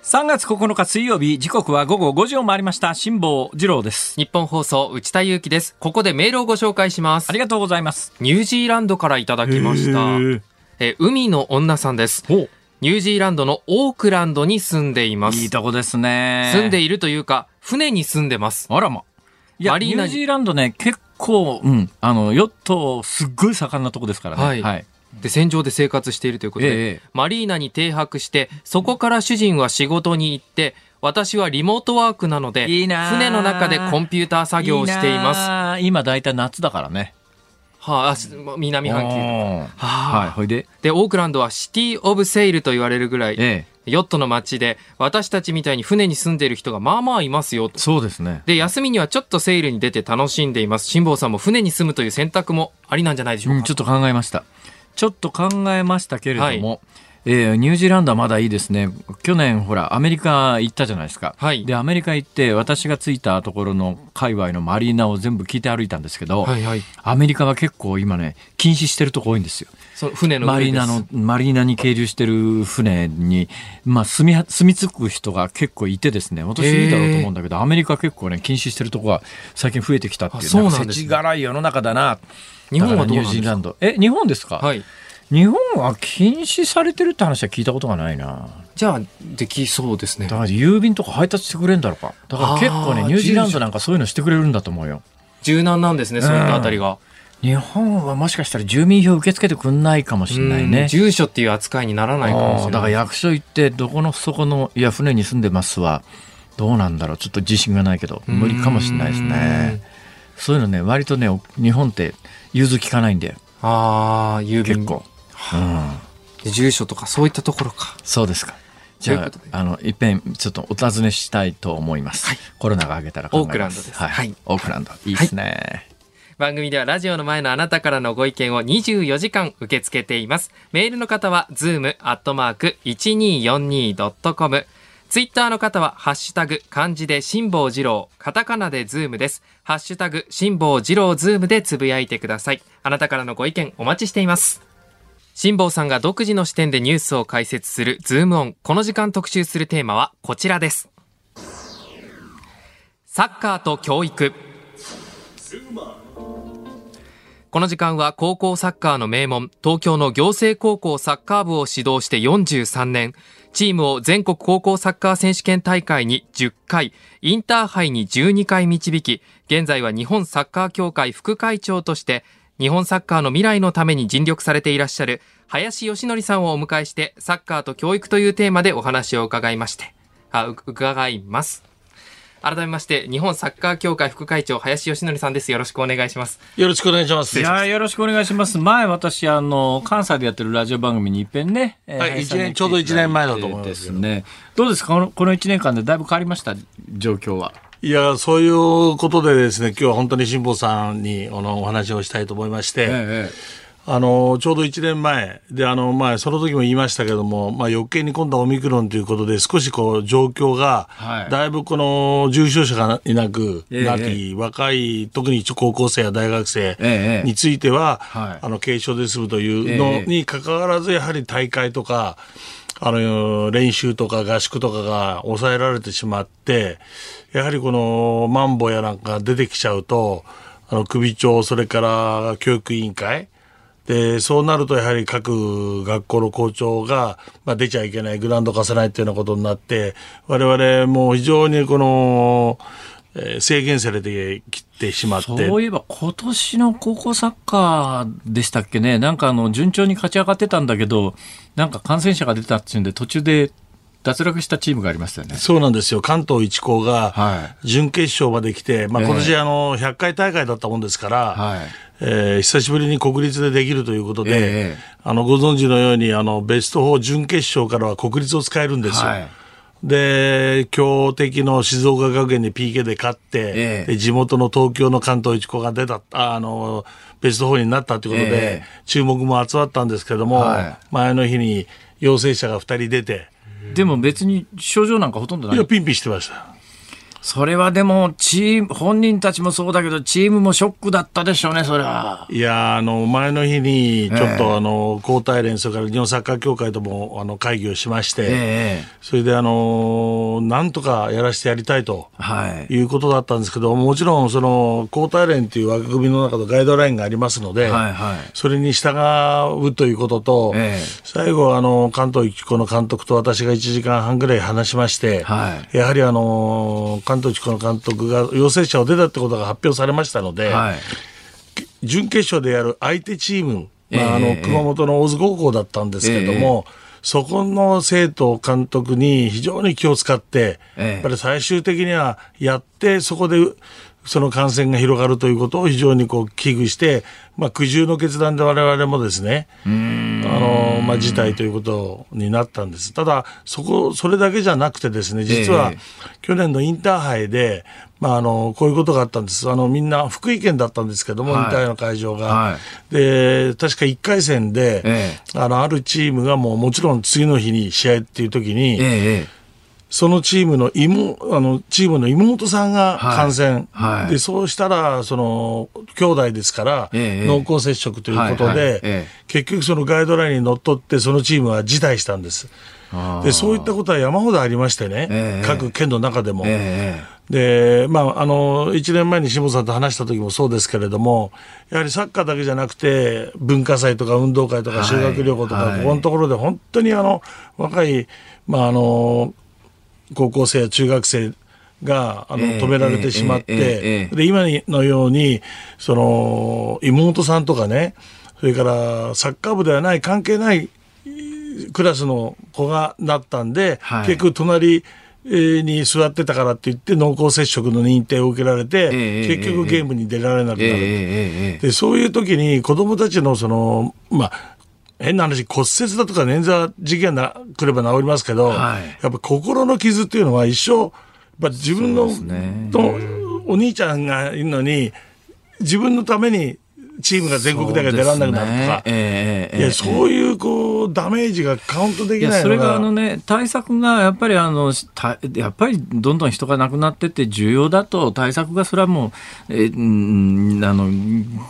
A: 3月9日水曜日、時刻は午後5時を回りました。辛坊二郎です。
B: 日本放送内田祐樹ですここでメールをご紹介します
A: ありがとうございます。
B: ニュージーランドからいただきましたえー海の女さんです
A: ほ
B: ニュージーランドのオークランドに住んでいま
A: う。
B: す
A: いいとこですね。
B: 住んでいるというか船に住んでます
A: あらま。いや、
B: マリ
A: ニ
B: ーナ
A: ュー
B: に
A: ジーランドね、結構、うん、あの、ヨット、すっごい盛んなとこですからね。
B: はいで船上で生活しているということで、
A: ええええ
B: マリーナに停泊してそこから主人は仕事に行って私はリモートワークなので
A: いいなあ
B: 船の中でコンピューター作業をしています
A: す。今、だいたい夏だからね。
B: はあす南半球の
A: おー
B: はあ
A: はい、ほいで。
B: でオークランドはシティ・オブ・セイルと言われるぐらい、
A: ええ。
B: ヨットの街で私たちみたいに船に住んでいる人がまあまあいますよと。
A: そうですね。
B: で、休みにはちょっとセールに出て楽しんでいます。辛坊さんも船に住むという選択もありなんじゃないでしょ
A: う、
B: うんか。
A: ちょっと考えました。ちょっと考えましたけれども、えーニュージーランドはまだいいですね。去年、ほら、アメリカ行ったじゃないですか。
B: はい
A: で、アメリカ行って、私が着いたところの界隈のマリーナを全部聞いて歩いたんですけど、
B: はいはい。
A: アメリカは結構今ね、禁止してるとこ多いんですよ。
B: その船の
A: マ
B: 上
A: リ
B: で
A: ー
B: す
A: ナの、マリーナに係留してる船に、まあ、住みは、住み着く人が結構いてですね、私いいだろうと思うんだけど、アメリカ結構ね、禁止してるとこが最近増えてきたっていう、
B: あそうなんですね
A: か世知辛い世の中だな。
B: 日本はどうなんで
A: だからニュー
B: すか
A: ジーランド。え、日本ですか
B: はい。
A: 日本は禁止されてるって話は聞いたことがないな。
B: じゃあ、できそうですね
A: だ。から郵便とか配達してくれんだろうか。だから結構
B: あ
A: ね、
B: ー
A: ニュージーランドなんかそういうのしてくれるんだと思うよ。
B: 柔軟なんですね、そういったあたりが。
A: 日本はもしかしたら住民票受け付けてくんないかもしれない
B: うん
A: ね。
B: 住所っていう扱いにならないかもし
A: あーだ
B: れ
A: か
B: な
A: ら
B: い。
A: 役所行ってどこのそこのいや船に住んでますはどうなんだろうちょっと自信がないけど無理かもしれないですねそういうのね割とねお日本って融通きかないんだよ
B: ああ、郵便
A: 結構、うん、
B: で住所とかそういったところか。
A: そうですかじ
B: とい
A: ゃ
B: うことで
A: ああのいっぺんちょっとお尋ねしたいと思います、コロナが明けたら考えます
B: オークランドです
A: はい、
B: はい
A: オークランドいいですね、
B: 番組ではラジオの前のあなたからのご意見を24時間受け付けています。メールの方は zoom.1242.com。ツイッターの方は、ハッシュタグ、漢字で辛抱二郎、カタカナでズームです。ハッシュタグ、辛抱二郎ズームでつぶやいてください。あなたからのご意見お待ちしています。辛坊さんが独自の視点でニュースを解説するズームオン。この時間特集するテーマはこちらです。サッカーと教育。この時間は高校サッカーの名門、東京の行政高校サッカー部を指導して43年、チームを全国高校サッカー選手権大会に10回、インターハイに12回導き、現在は日本サッカー協会副会長として、日本サッカーの未来のために尽力されていらっしゃる林義則さんをお迎えして、サッカーと教育というテーマでお話を伺いまして、あ、う伺います。改めまして、日本サッカー協会副会長、林義則さんです。よろしくお願いします。
E: よろしくお願いします。
A: いやーよろしくお願いします。前私、あの、関西でやってるラジオ番組に一遍ね、えー
E: はい
A: 林さんに来て
E: 一年ちょうど一年前だと思います
A: でね。どうですかこのこの一年間でだいぶ変わりました状況は。
E: いや、そういうことでですね、今日は本当に辛坊さんにあのお話をしたいと思いまして、
A: え
E: あの、ちょうど1年前で、あの、まあ、その時も言いましたけども、まあ、余計に今度はオミクロンということで、少しこう、状況が、
A: はい
E: だいぶこの、重症者がいなく
A: ええ
E: なり、若い、特に高校生や大学生
A: ええ
E: については、
A: はい
E: あの、軽症で済むとい
A: え
E: うの
A: え
E: に関わらず、やはり大会とか、あの、練習とか合宿とかが抑えられてしまって、やはりこの、マンボやなんかが出てきちゃうと、あの、首長、それから教育委員会、でそうなるとやはり各学校の校長が、まあ、出ちゃいけないグラウンド貸さないっていうようなことになって我々もう非常にこの、えー制限されてきてしまって
A: そういえば今年の高校サッカーでしたっけね。なんかあの、順調に勝ち上がってたんだけど、なんか感染者が出たっていうんで、途中で脱落したチームがありましたよね。
E: そうなんですよ関東一高
A: は
E: が準決勝まで来て、まあ、
A: ええ
E: 今年あの100回大会だったもんですから、
A: はい
E: えー久しぶりに国立でできるということで、
A: ええ
E: あのご存知のようにあのベスト4準決勝からは国立を使えるんですよ。
A: はい
E: で強敵の静岡学園に PK で勝っ
A: え
E: て、で地元の東京の関東一高が出たああのベスト4になったということで、
A: ええ
E: 注目も集まったんですけども、
A: はい
E: 前の日に陽性者が2人出て
A: でも別に症状なんかほとんどないい
E: やピンピンしてました。
A: それはでも、チーム、本人たちもそうだけど、チームもショックだったでしょうね、それは。
E: いやーあの前の日にちょっ
A: ええ
E: とあの交代連それから日本サッカー協会ともあの会議をしまして、
A: ええ
E: それであのーなんとかやらせてやりたいと
A: はい。
E: いうことだったんですけどもちろんその交代連という枠組みの中のガイドラインがありますので、
A: はいはい
E: それに従うということと、
A: ええ
E: 最後あの関東一高の監督と私が1時間半ぐらい話しまして、
A: は
E: やはりあのー関東一高の監督が陽性者を出たってことが発表されましたので。
A: はい。
E: 準決勝でやる相手チーム、まあ、あ
A: ええ
E: の熊本の大津高校だったんですけども、そこの生徒、監督に非常に気を使って、
A: ええ
E: やっぱり最終的にはやって、そこでその感染が広がるということを非常にこう危惧して、まあ、苦渋の決断で我々もですね、あのまあ、事態ということになったんです。ただそこそれだけじゃなくてですね実は
A: ええ
E: 去年のインターハイで、まあ、あのこういうことがあったんですあのみんな福井県だったんですけども、
A: はい
E: インターハイの会場が、
A: は
E: で確か1回戦で、
A: え
E: あのあるチームがもうもちろん次の日に試合っていう時に、
A: ええ
E: そのチームの妹、あの、チームの妹さんが
A: はい
E: 感染。
A: はい
E: で、そうしたら、その、兄弟ですから、
A: ええ
E: 濃厚接触というこ
A: はい
E: とで、
A: はいええ
E: 結局そのガイドラインにのっとって、そのチームは辞退したんです。で、そういったことは山ほどありましてね、
A: ええ
E: 各県の中でも。
A: え
E: で、まあ、あの、1年前に志保さんと話した時もそうですけれども、やはりサッカーだけじゃなくて、文化祭とか運動会と
A: は
E: か
A: い
E: 修学旅行とか、
A: はい
E: ここのところで本当にあの、若い、まあ、あの、高校生や中学生があの
A: ええ
E: 止められてしまっ
A: えええ
E: て
A: え、
E: で今のようにその妹さんとかねそれからサッカー部ではない関係ないえークラスの子がなったんで、
A: はい
E: 結局隣えーに座ってたからって言って濃厚接触の認定を受けられて、
A: ええ
E: 結局ゲームに出られなくなる、
A: ええええええ
E: でそういう時に子供たちのそのまあ変な話骨折だとか捻挫事件が来れば治りますけど、
A: はい
E: やっぱ心の傷っていうのは一生やっぱ自分の、
A: そうですね
E: とお兄ちゃんがいるのに自分のためにチームが全国大会出られなくなるとか
A: そうですねええええ
E: い
A: ええ
E: やそういうこうダメージがカウントで
A: い
E: き
A: や
E: ない
A: そ
E: の
A: れ
E: が
A: があのね対策がやっぱりあのしたやっぱりどんどん人が亡くなってって重要だと対策がそれはもう、えうんあの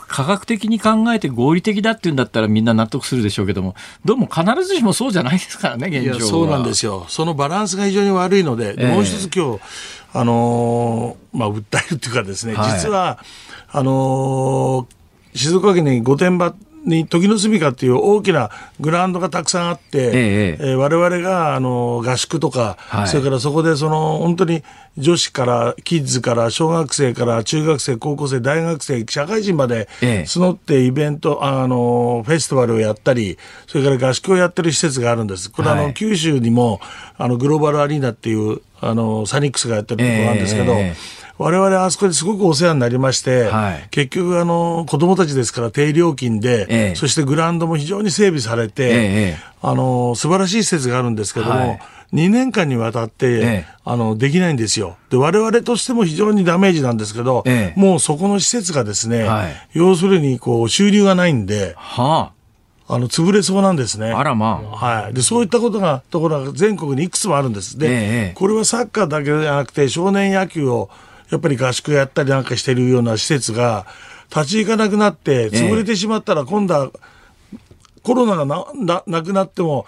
A: 科学的に考えて合理的だっていうんだったらみんな納得するでしょうけどもどうも必ずしもそうじゃないですからね現
E: い
A: 状
E: や
A: は
E: そうなんですよ、そのバランスが非常に悪いので、でもう一つ今日あのーまあ、訴えるというかですね、
A: はい
E: 実はあのー静岡県に御殿場に時の住処っていう大きなグラウンドがたくさんあって、
A: ええ
E: えー我々が、あのー合宿とか、
A: はい
E: それからそこでその本当に女子からキッズから小学生から中学生高校生大学生社会人まで
A: ええ
E: 募ってイベント、あのフェスティバルをやったりそれから合宿をやってる施設があるんですこれ、あ
A: は
E: の
A: い
E: 九州にもあのグローバルアリーナっていうあのサニックスがやってるところなんですけど、
A: ええええ
E: 我々あそこですごくお世話になりまして、
A: はい
E: 結局あの子供たちですから低料金で、
A: ええ
E: そしてグラウンドも非常に整備されて、
A: ええ
E: あの素晴らしい施設があるんですけども、
A: はい
E: 2年間にわたって、
A: ええ
E: あのできないんですよで我々としても非常にダメージなんですけど、
A: ええ
E: もうそこの施設がですね、
A: はい
E: 要するにこう収入がないんで
A: は
E: あの潰れそうなんですね。
A: ああらま
E: はい、でそういったことがところが全国にいくつもあるんですで、
A: ええ
E: これはサッカーだけじゃなくて少年野球をやっぱり合宿やったりなんかしてるような施設が立ち行かなくなって潰れてしまったら今度はコロナがなななくなっても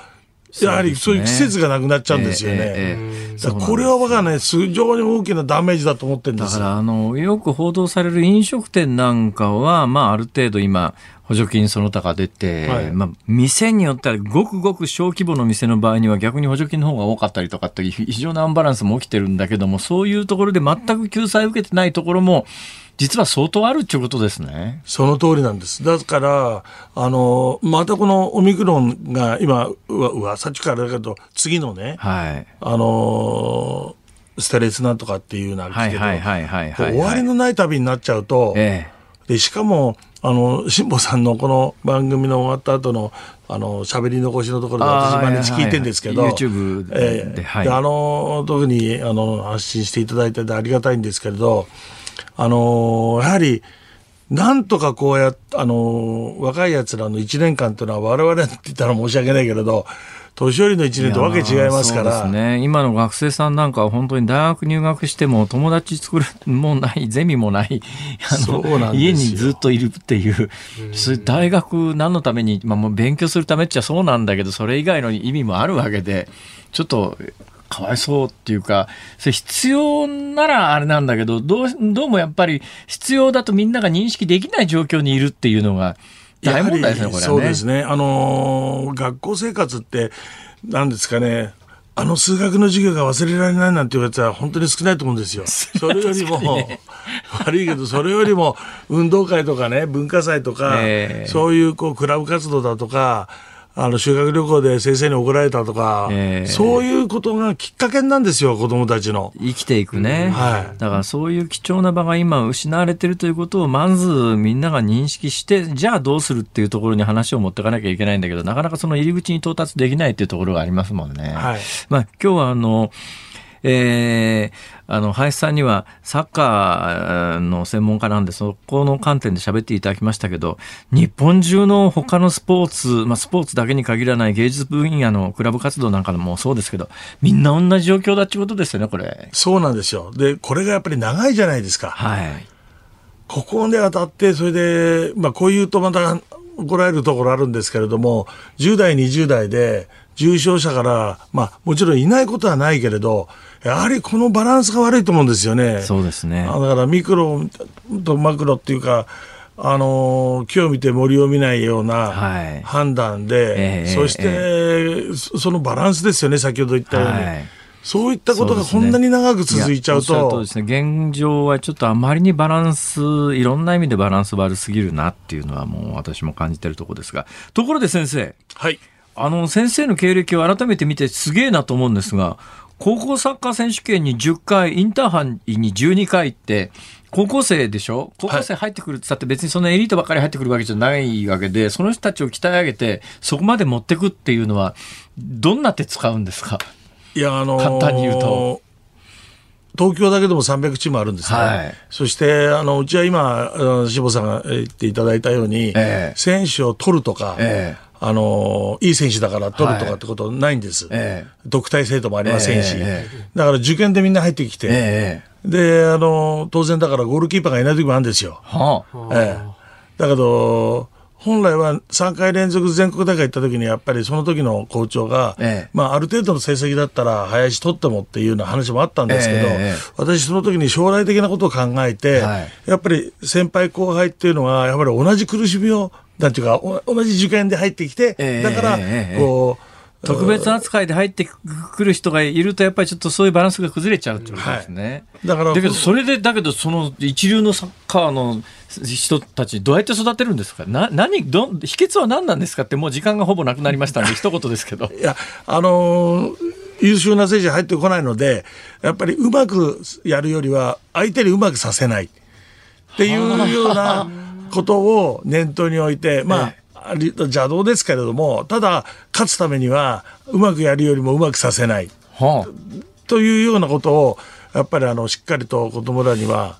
E: やはりそういう施設がなくなっちゃうんですよね。
A: ええええええ
E: だからこれは僕はね非常に大きなダメージだと思ってるんで
A: だ
E: す
A: か
E: よ。
A: らあのよく報道される飲食店なんかは、まあ、ある程度今補助金その他が出て、
E: はい
A: まあ、店によってはごくごく小規模の店の場合には逆に補助金の方が多かったりとかっていう非常なアンバランスも起きてるんだけどもそういうところで全く救済を受けてないところも実は相当あるっていうことですね。
E: その通りなんです。だから、あの、またこのオミクロンが今、うわ、うわ、さっきからだけど、次のね、
A: はい、
E: あのーステレスなんとかっていうのはあ
A: は
E: る
A: い
E: けど、
A: はいはいはい
E: こ
A: は
E: う
A: い。
E: 終わりのない旅になっちゃうと、
A: え
E: でしかも、あの、辛坊さんのこの番組の終わった後の、あの、喋り残しのところで私
A: あー
E: 毎日聞いてんですけど、
A: はいはい YouTube で
E: ええ
A: はい
E: あの、特に、あの、発信していただいててありがたいんですけれど、あの、やはり、なんとかこうやっあの、若い奴らの1年間というのは我々って言ったら申し訳ないけれど、年寄りの1年とわけ違いますか
A: やー
E: ら、
A: そうですね。今の学生さんなんかは本当に大学入学しても友達作るもない、ゼミもない、 あ
E: そうなんですよ
A: 家にずっといるっていう、そういう大学何のために、まあもう勉強するためっちゃそうなんだけど、それ以外の意味もあるわけで、ちょっと、かわいそうっていうか、それ必要ならあれなんだけど、どう、どうもやっぱり必要だとみんなが認識できない状況にいるっていうのが大問題ですね、これはね。
E: そうですね。あのー学校生活って、何ですかね。あの数学の授業が忘れられないなんていうやつは本当に少ないと思う んですよ。それよりも、悪いけど、それよりも運動会とかね、文化祭とか、
A: ええ
E: そういうこうクラブ活動だとか、あの修学旅行で先生に怒られたとか、
A: ええ
E: そういうことがきっかけなんですよ、子供たちの。
A: 生きていくね、
E: はい
A: だからそういう貴重な場が今失われてるということをまずみんなが認識してじゃあどうするっていうところに話を持っていかなきゃいけないんだけどなかなかその入り口に到達できないっていうところがありますもんね。
E: はい
A: まあ、今日はあのえーあの林さんにはサッカーの専門家なんでそこの観点で喋っていただきましたけど日本中の他のスポーツ、まあ、スポーツだけに限らない芸術分野のクラブ活動なんかもそうですけどみんな同じ状況だってことですよねこれ。
E: そうなんですよ。で、これがやっぱり長いじゃないですか。
A: はい。
E: ここで当たって、それで、まあ、こういうとまた怒られるところあるんですけれども、10代、20代で重症者から、まあ、もちろんいないことはないけれど、やはりこのバランスが悪いと思うんですよね。
A: そうですね。
E: あだからミクロとマクロっていうか、あのー木を見て森を見ないよう
A: はい
E: な判断で、
A: ええ
E: そして、そそのバランスですよね、先ほど言ったように。
A: はい
E: そういったことが
A: そ
E: こ
A: うですね
E: んなに長く続いちゃう
A: やおっしゃる
E: と
A: 通りですね、現状はちょっとあまりにバランス、いろんな意味でバランス悪すぎるなっていうのはもう私も感じてるところですが、ところで先生、
E: はい
A: あの先生の経歴を改めて見てすげえなと思うんですが、高校サッカー選手権に10回、インターハイに12回って、高校生でしょ高校生入ってくるって言ったって別にそんなエリートばっかり入ってくるわけじゃないわけで、その人たちを鍛え上げて、そこまで持ってくっていうのは、どんな手使うんですか
E: いや、あのー
A: 簡単に言うと
E: 東京だけでも300チームあるんですね。
A: はい
E: そして、あの、うちは今、うん志保さんが言っていただいたように、
A: ええ
E: 選手を取るとか、
A: ええ
E: あのーいい選手だから取るとかってことないんです。
A: え
E: 独体制度もありませんし、
A: えええ
E: だから受験でみんな入ってきて、
A: ええ。
E: で、あのー当然だからゴールキーパーがいない時もあるんですよ。
A: はあ、
E: ええ、だけど本来は3回連続全国大会行った時にやっぱりその時の校長が、
A: ええ
E: まあ、ある程度の成績だったら林取ってもっていうような話もあったんですけど、
A: ええええ
E: 私その時に将来的なことを考えて、
A: はい
E: やっぱり先輩後輩っていうのはやっぱり同じ苦しみをなんていうかお同じ受験で入ってきて、
A: ええ
E: だから
A: ええええ
E: こう。
A: 特別扱いで入ってくる人がいると、やっぱりちょっとそういうバランスが崩れちゃうってことですね。
E: いだから
A: けど、それで、だけど、その一流のサッカーの人たち、どうやって育てるんですかな、何、ど、秘訣は何なんですかって、もう時間がほぼなくなりましたん で、一言ですけど。
E: いや、あのー優秀な選手入ってこないので、やっぱりうまくやるよりは、相手にうまくさせないっていうようなことを念頭に置い て、まあ、あり邪道ですけれども、ただ、勝つためには、うまくやるよりもうまくさせない
A: は
E: というようなことを、やっぱりあのしっかりと子供らには、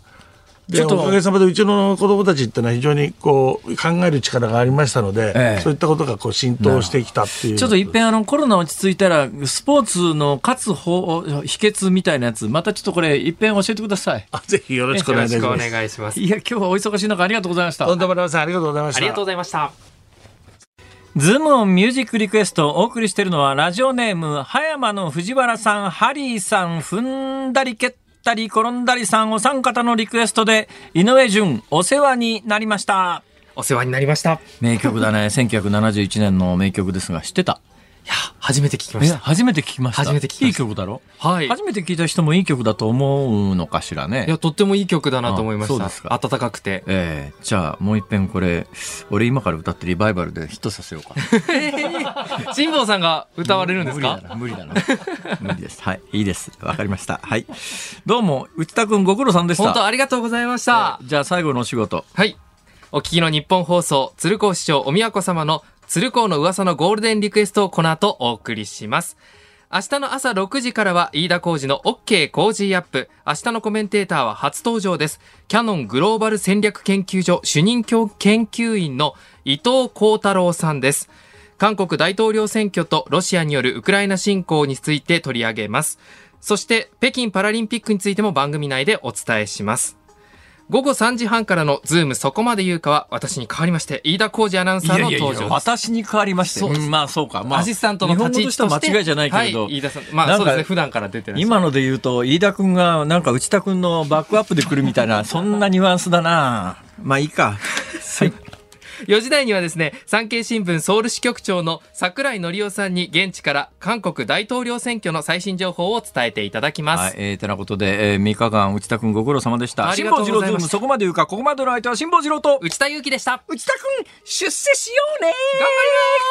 A: ち
E: で
A: ょっ
E: お
A: と
E: かげさまでうちの子供たちっていうのは非常にこう考える力がありましたので、
A: ええ
E: そういったことがこう浸透してきたっていう。
A: ちょっと一遍あのコロナ落ち着いたら、スポーツの勝つ方、秘訣みたいなやつ、またちょっとこれ一遍教えてください。
E: あぜひよろしくお
B: よ
E: 願い
B: ろ
E: い
B: した
E: し
B: くお
E: ます。
B: 願いします。
A: いや、今日はお忙しい中ありがとうございました。
E: とんでもありません。ありがとうございました。
B: ありがとうございました。
A: ズームオンミュージックリクエストをお送りしているのは、ラジオネーム、葉山の藤原さん、ハリーさん、踏んだり蹴ったり転んだりさんお三方のリクエストで、井上淳、お世話になりました。
B: お世話になりました。い
A: 名曲だね。1971年の名曲ですが、知ってた
B: や、初めて聞きました。
A: 初めて聞きました。
B: 初めて聞きました
A: いい曲だろ
B: はい。
A: 初めて聞いた人もいい曲だと思うのかしらね。
B: いや、とってもいい曲だなと思い
A: あ
B: まし
A: そう
B: た。
A: ですか
B: 温かくて。
A: ええじゃあもう一遍これ、俺今から歌ってリバイバルでヒットさせようか。
B: 辛坊さんが歌われるんですか
A: 無理だな無理 だな無理ですはいいいですわかりましたはいどうも内田君ご苦労さんでし
B: 本当
A: た
B: ありがとうございました。
A: じゃあ最後のお仕事
B: はい。お聞きの日本放送、鶴光市長お宮子様の鶴光の噂のゴールデンリクエストをこの後お送りします。明日の朝6時からは飯田浩二の OK 工事アップ。明日のコメンテーターは初登場です。キャノングローバル戦略研究所主任教研究員の伊藤幸太郎さんです。韓国大統領選挙とロシアによるウクライナ侵攻について取り上げます。そして北京パラリンピックについても番組内でお伝えします。午後3時半からのズームそこまで言うかは私に代わりまして、飯田浩二アナウンサーの登場です。
A: 私に代わりまして
B: そう
A: うんまあそうか、まあ、
B: アシスタントの
A: 日本
B: 立
A: 語
B: ち位
A: とし
B: 置
A: ては
B: として
A: 間違いじゃないけれど、
B: はい、飯田さん。ま
A: な
B: あ
A: んか
B: そうですね、普段から出てらっしゃる。
A: 今ので言うと飯田君がなんか内田君のバックアップで来るみたい なそんなニュアンスだなまあいいかはい
B: 4時台にはですね、産経新聞ソウル支局長の桜井則夫さんに現地から韓国大統領選挙の最新情報を伝えていただきま
A: はい
B: す。
A: えー、てなことで、えー、3日間内田君ご苦労様でした
B: あり
A: 辛
B: がとう
A: 坊
B: ご
A: 治
B: ざい
A: 郎
B: ま
A: ズー
B: した
A: ムそこまで言うかここまでの相手は辛坊治郎と
B: 内田祐樹でした。
A: 内田君出世しようね
B: 頑張ります